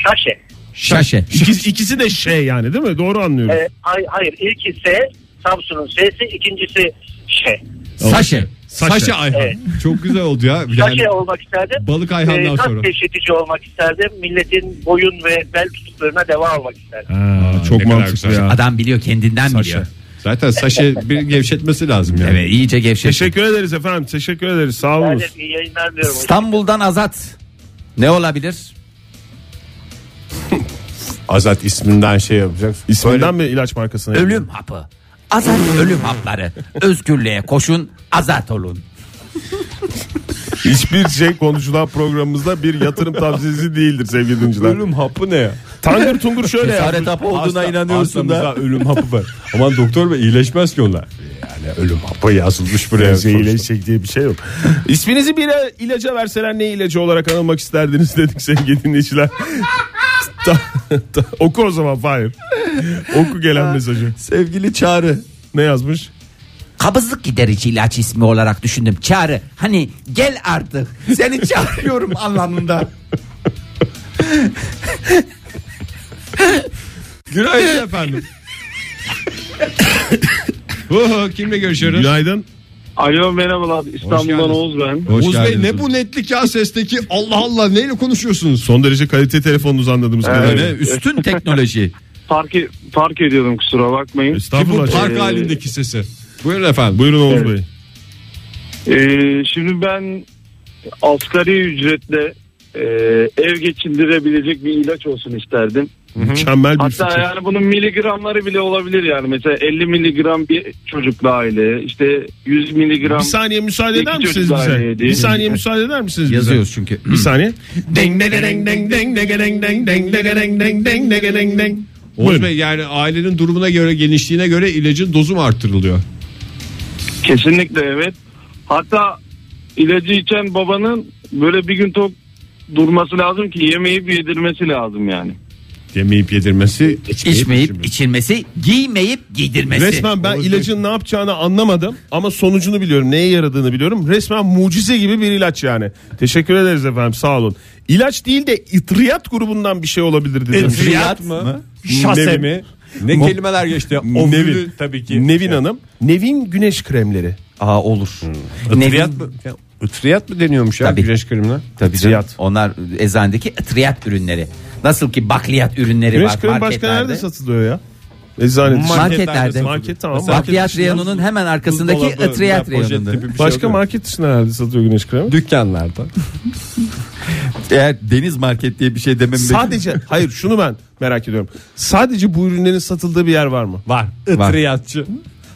Speaker 6: saşe.
Speaker 5: Şaşe.
Speaker 4: İkisi, ikisi de şey yani değil mi? Doğru anlıyorum.
Speaker 6: E, hay- hayır ilki S Samsun'un S'si ikincisi Ş.
Speaker 5: Saşe.
Speaker 3: Saşe,
Speaker 4: Saşe
Speaker 3: Ayhan.
Speaker 6: Evet.
Speaker 3: Çok güzel oldu ya.
Speaker 6: Saşe
Speaker 3: Yani
Speaker 6: olmak isterdim.
Speaker 3: balık ayhandan
Speaker 6: E, kas
Speaker 3: sonra.
Speaker 6: gevşetici olmak isterdim. Milletin boyun ve bel tutuklarına deva olmak isterdim.
Speaker 4: Aa,
Speaker 3: ne
Speaker 4: çok
Speaker 3: kadar
Speaker 4: mantıklı
Speaker 3: güzel.
Speaker 4: ya.
Speaker 5: Adam biliyor kendinden biliyor.
Speaker 3: Zaten saşe bir gevşetmesi lazım yani.
Speaker 5: Evet iyice gevşetti.
Speaker 4: Teşekkür ederiz efendim. Teşekkür ederiz. Sağ
Speaker 6: Ben
Speaker 4: olun.
Speaker 6: de iyi yayınlar diliyorum.
Speaker 5: İstanbul'dan Azat. Ne olabilir?
Speaker 3: Azat isminden şey yapacak.
Speaker 4: İsminden mi ilaç markasına?
Speaker 5: Ölüm hapı. Azat ölüm hapları. Özgürlüğe koşun, azat olun.
Speaker 4: Hiçbir şey konuşulan programımızda bir yatırım tavsiyesi değildir sevgili dinleyiciler. Ölüm hapı ne ya? Tangır tungur şöyle
Speaker 5: Cesaret
Speaker 4: yazmış.
Speaker 5: hapı olduğuna inanıyorsun da.
Speaker 3: Hastamızda ölüm hapı var. Aman doktor bey iyileşmez ki onlar. Yani ölüm hapı yazılmış buraya.
Speaker 4: Zehirlenecek diye bir şey yok. İsminizi bir ilaca verseler ne ilacı olarak anılmak isterdiniz dedik sevgili dinleyiciler. Ta- ta- Oku o zaman Fahir. Oku gelen mesajı.
Speaker 5: Sevgili Çağrı.
Speaker 4: Ne yazmış?
Speaker 5: Kabızlık giderici ilaç ismi olarak düşündüm. Çağrı hani gel artık seni çağırıyorum anlamında.
Speaker 3: Günaydın efendim. Oho, kimle görüşüyoruz?
Speaker 4: Günaydın.
Speaker 9: Alo merhabalar İstanbul'dan
Speaker 3: geldiniz.
Speaker 9: Oğuz ben.
Speaker 3: Oğuz
Speaker 4: Hoş
Speaker 3: Bey
Speaker 4: geldiniz.
Speaker 3: ne bu netlik ya sesteki Allah Allah neyle konuşuyorsunuz?
Speaker 4: Son derece kalite telefonunuz anladığımız kadarıyla.
Speaker 5: Üstün teknoloji.
Speaker 9: Park, e- park ediyordum kusura bakmayın.
Speaker 3: Ki bu
Speaker 4: Estağfurullah.
Speaker 3: park
Speaker 9: Ee,
Speaker 3: halindeki sesi. Buyurun efendim.
Speaker 4: Buyurun Oğuz Bey.
Speaker 9: Ee, şimdi ben asgari ücretle e, ev geçindirebilecek bir ilaç olsun isterdim.
Speaker 4: Mükemmel bir
Speaker 9: Hatta
Speaker 4: fikir.
Speaker 9: yani bunun miligramları bile olabilir yani. Mesela 50 miligram bir çocuklu aile işte 100 miligram
Speaker 4: Bir saniye müsaade eder
Speaker 9: İki
Speaker 4: misiniz
Speaker 9: çocuk
Speaker 4: bize?
Speaker 9: aileye
Speaker 4: Bir
Speaker 9: değil.
Speaker 4: saniye müsaade eder misiniz bize?
Speaker 5: Yazıyoruz çünkü.
Speaker 4: Bir saniye.
Speaker 5: Deng deng
Speaker 4: Deng deng deng deng deng deng deng deng deng deng deng deng deng deng.
Speaker 3: Oğuz
Speaker 4: Buyurun.
Speaker 3: Bey yani ailenin durumuna göre genişliğine göre ilacın dozu mu arttırılıyor?
Speaker 9: Kesinlikle evet. Hatta ilacı içen babanın böyle bir gün tok durması lazım ki yemeği bir yedirmesi lazım yani.
Speaker 3: Yemeyip yedirmesi. şey
Speaker 5: İçmeyip içilmesi, giymeyip giydirmesi.
Speaker 4: Resmen ben ilacın ne yapacağını anlamadım ama sonucunu biliyorum. Neye yaradığını biliyorum. Resmen mucize gibi bir ilaç yani. Teşekkür ederiz efendim sağ olun. İlaç değil de itriyat grubundan bir şey olabilir dedim.
Speaker 5: Riyad mı?
Speaker 4: Nevin.
Speaker 3: Ne
Speaker 4: Mo-
Speaker 3: kelimeler geçti.
Speaker 4: Nevin.
Speaker 3: Ovülü tabii ki.
Speaker 4: Nevin Hanım. Nevin güneş kremleri.
Speaker 5: Aa olur.
Speaker 3: Itriyat mı? Ya, Itriyat mı deniyormuş ya
Speaker 5: Tabii.
Speaker 3: güneş kremine?
Speaker 5: Tabii canım.
Speaker 4: Itriyat.
Speaker 5: Onlar eczanedeki itriyat ürünleri. Nasıl ki bakliyat ürünleri
Speaker 4: Güneş
Speaker 5: var
Speaker 4: kremi başka nerede
Speaker 5: marketlerde.
Speaker 4: satılıyor ya? Eczane dışında.
Speaker 5: Marketlerde.
Speaker 4: Market tamam.
Speaker 5: Market Bakliyat
Speaker 4: dışında-
Speaker 5: reyonunun hemen arkasındaki
Speaker 3: Buzdolabı,
Speaker 5: itriyat
Speaker 3: poşet
Speaker 5: reyonunda.
Speaker 3: tipi bir şey
Speaker 4: Başka
Speaker 3: yok.
Speaker 4: market dışında nerede satılıyor güneş kremi?
Speaker 3: Dükkanlarda.
Speaker 5: Eğer deniz market diye bir şey demem
Speaker 4: Sadece hayır şunu ben merak ediyorum. Sadece bu ürünlerin satıldığı bir yer var mı?
Speaker 3: Var. Itriyatçı.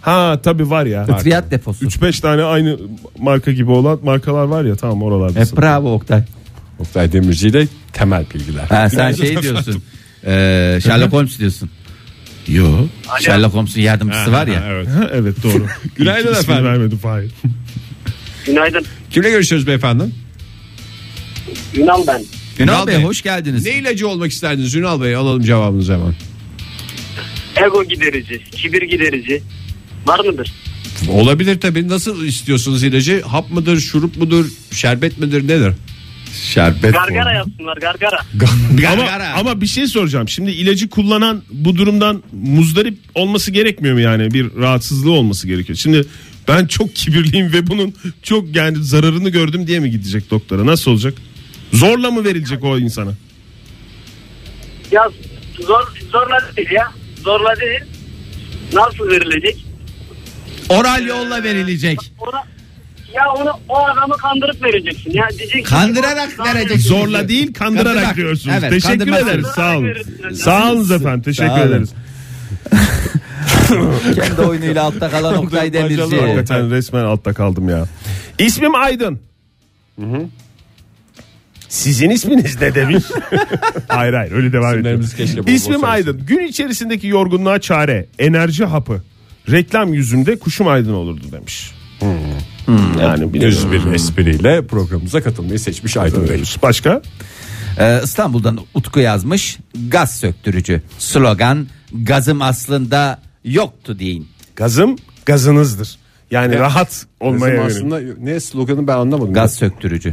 Speaker 4: Ha tabii var ya.
Speaker 5: itriyat deposu.
Speaker 4: 3-5 tane aynı marka gibi olan markalar var ya tamam oralarda.
Speaker 5: E,
Speaker 4: satılıyor.
Speaker 5: bravo Oktay.
Speaker 3: Oktay Demirci ile temel bilgiler.
Speaker 5: Ha, sen şey [laughs] diyorsun. Eee Sherlock Holmes diyorsun. Yo. Sherlock Holmes'un yardımcısı var ya.
Speaker 3: Evet.
Speaker 4: Ha, evet doğru.
Speaker 3: Günaydın
Speaker 4: İsmini
Speaker 3: efendim.
Speaker 4: vermedim Fahir.
Speaker 6: Günaydın.
Speaker 3: Kimle görüşüyoruz beyefendi?
Speaker 6: Yunan ben.
Speaker 5: Ünal Bey hoş geldiniz.
Speaker 3: Ne ilacı olmak isterdiniz Ünal Bey? Alalım cevabınızı hemen.
Speaker 6: Ego giderici, kibir giderici. Var mıdır?
Speaker 3: Olabilir tabii. Nasıl istiyorsunuz ilacı? Hap mıdır, şurup mudur, şerbet midir, nedir?
Speaker 1: Şerbet
Speaker 6: Gargara yapsınlar gargara.
Speaker 3: Ama, ama bir şey soracağım. Şimdi ilacı kullanan bu durumdan muzdarip olması gerekmiyor mu yani? Bir rahatsızlığı olması gerekiyor. Şimdi ben çok kibirliyim ve bunun çok yani zararını gördüm diye mi gidecek doktora? Nasıl olacak? Zorla mı verilecek o insana?
Speaker 6: Ya zor, zorla değil ya. Zorla değil. Nasıl verilecek?
Speaker 1: Oral yolla verilecek.
Speaker 6: Ona, ya onu o adamı kandırıp vereceksin. Ya diyeceksin ki-
Speaker 1: Kandırarak vereceksin.
Speaker 3: Zorla değil kandırarak
Speaker 1: Kandırarak.
Speaker 3: diyorsunuz.
Speaker 1: Evet,
Speaker 3: Teşekkür
Speaker 1: kandırmazsınız.
Speaker 3: ederiz. Sağ olun.
Speaker 6: Kandırmazsınız.
Speaker 3: Sağ olun efendim. Teşekkür
Speaker 1: Sağ olun.
Speaker 3: ederiz.
Speaker 5: Kendi oyunuyla
Speaker 10: [laughs]
Speaker 5: altta kalan Oktay
Speaker 3: Bacalı
Speaker 5: Demirci.
Speaker 3: Hakikaten resmen altta kaldım ya. İsmim Aydın. Sizin isminiz
Speaker 10: [laughs]
Speaker 3: ne demiş? hayır hayır öyle devam ediyor.
Speaker 1: İsimlerimiz keşke bol bol
Speaker 3: İsmim Aydın. Gün içerisindeki yorgunluğa çare, enerji hapı. Reklam yüzümde kuşum Aydın olurdu demiş. Hmm, Yani
Speaker 10: Düz
Speaker 3: bilmiyorum.
Speaker 10: bir espriyle programımıza katılmayı seçmiş Aydın Bey.
Speaker 3: Başka?
Speaker 5: Ee, İstanbul'dan Utku yazmış. Gaz söktürücü. Slogan gazım aslında yoktu deyin.
Speaker 3: Gazım gazınızdır. Yani rahat olmaya
Speaker 10: Olmaya
Speaker 3: yönelik.
Speaker 10: aslında ne sloganı ben anlamadım.
Speaker 5: Gaz söktürücü.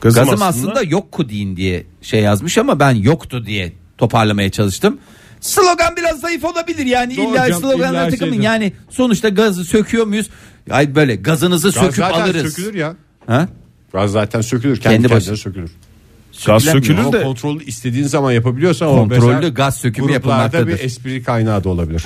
Speaker 3: Gazım
Speaker 5: Gazım aslında,
Speaker 3: aslında
Speaker 5: yokku deyin diye şey yazmış ama ben yoktu diye toparlamaya çalıştım. Slogan biraz zayıf olabilir yani
Speaker 10: Doğru
Speaker 5: illa
Speaker 10: canım,
Speaker 5: sloganlara
Speaker 10: illa
Speaker 5: takılmayın.
Speaker 10: şeydir.
Speaker 5: Yani sonuçta gazı söküyor muyuz? Ay böyle gazınızı
Speaker 10: Gaz
Speaker 5: söküp
Speaker 10: zaten
Speaker 5: alırız.
Speaker 10: sökülür ya.
Speaker 5: Ha?
Speaker 10: Gaz zaten sökülür. Kendi,
Speaker 5: Kendi
Speaker 10: kendine
Speaker 5: başı-
Speaker 10: sökülür.
Speaker 3: Gaz
Speaker 5: Sökülemiyor.
Speaker 3: sökülür
Speaker 10: Ama
Speaker 3: de
Speaker 10: kontrollü istediğin zaman yapabiliyorsan
Speaker 5: Kontrollü
Speaker 10: mesela
Speaker 5: gaz sökümü
Speaker 10: gruplarda
Speaker 5: yapılmaktadır.
Speaker 10: bir espri kaynağı da olabilir.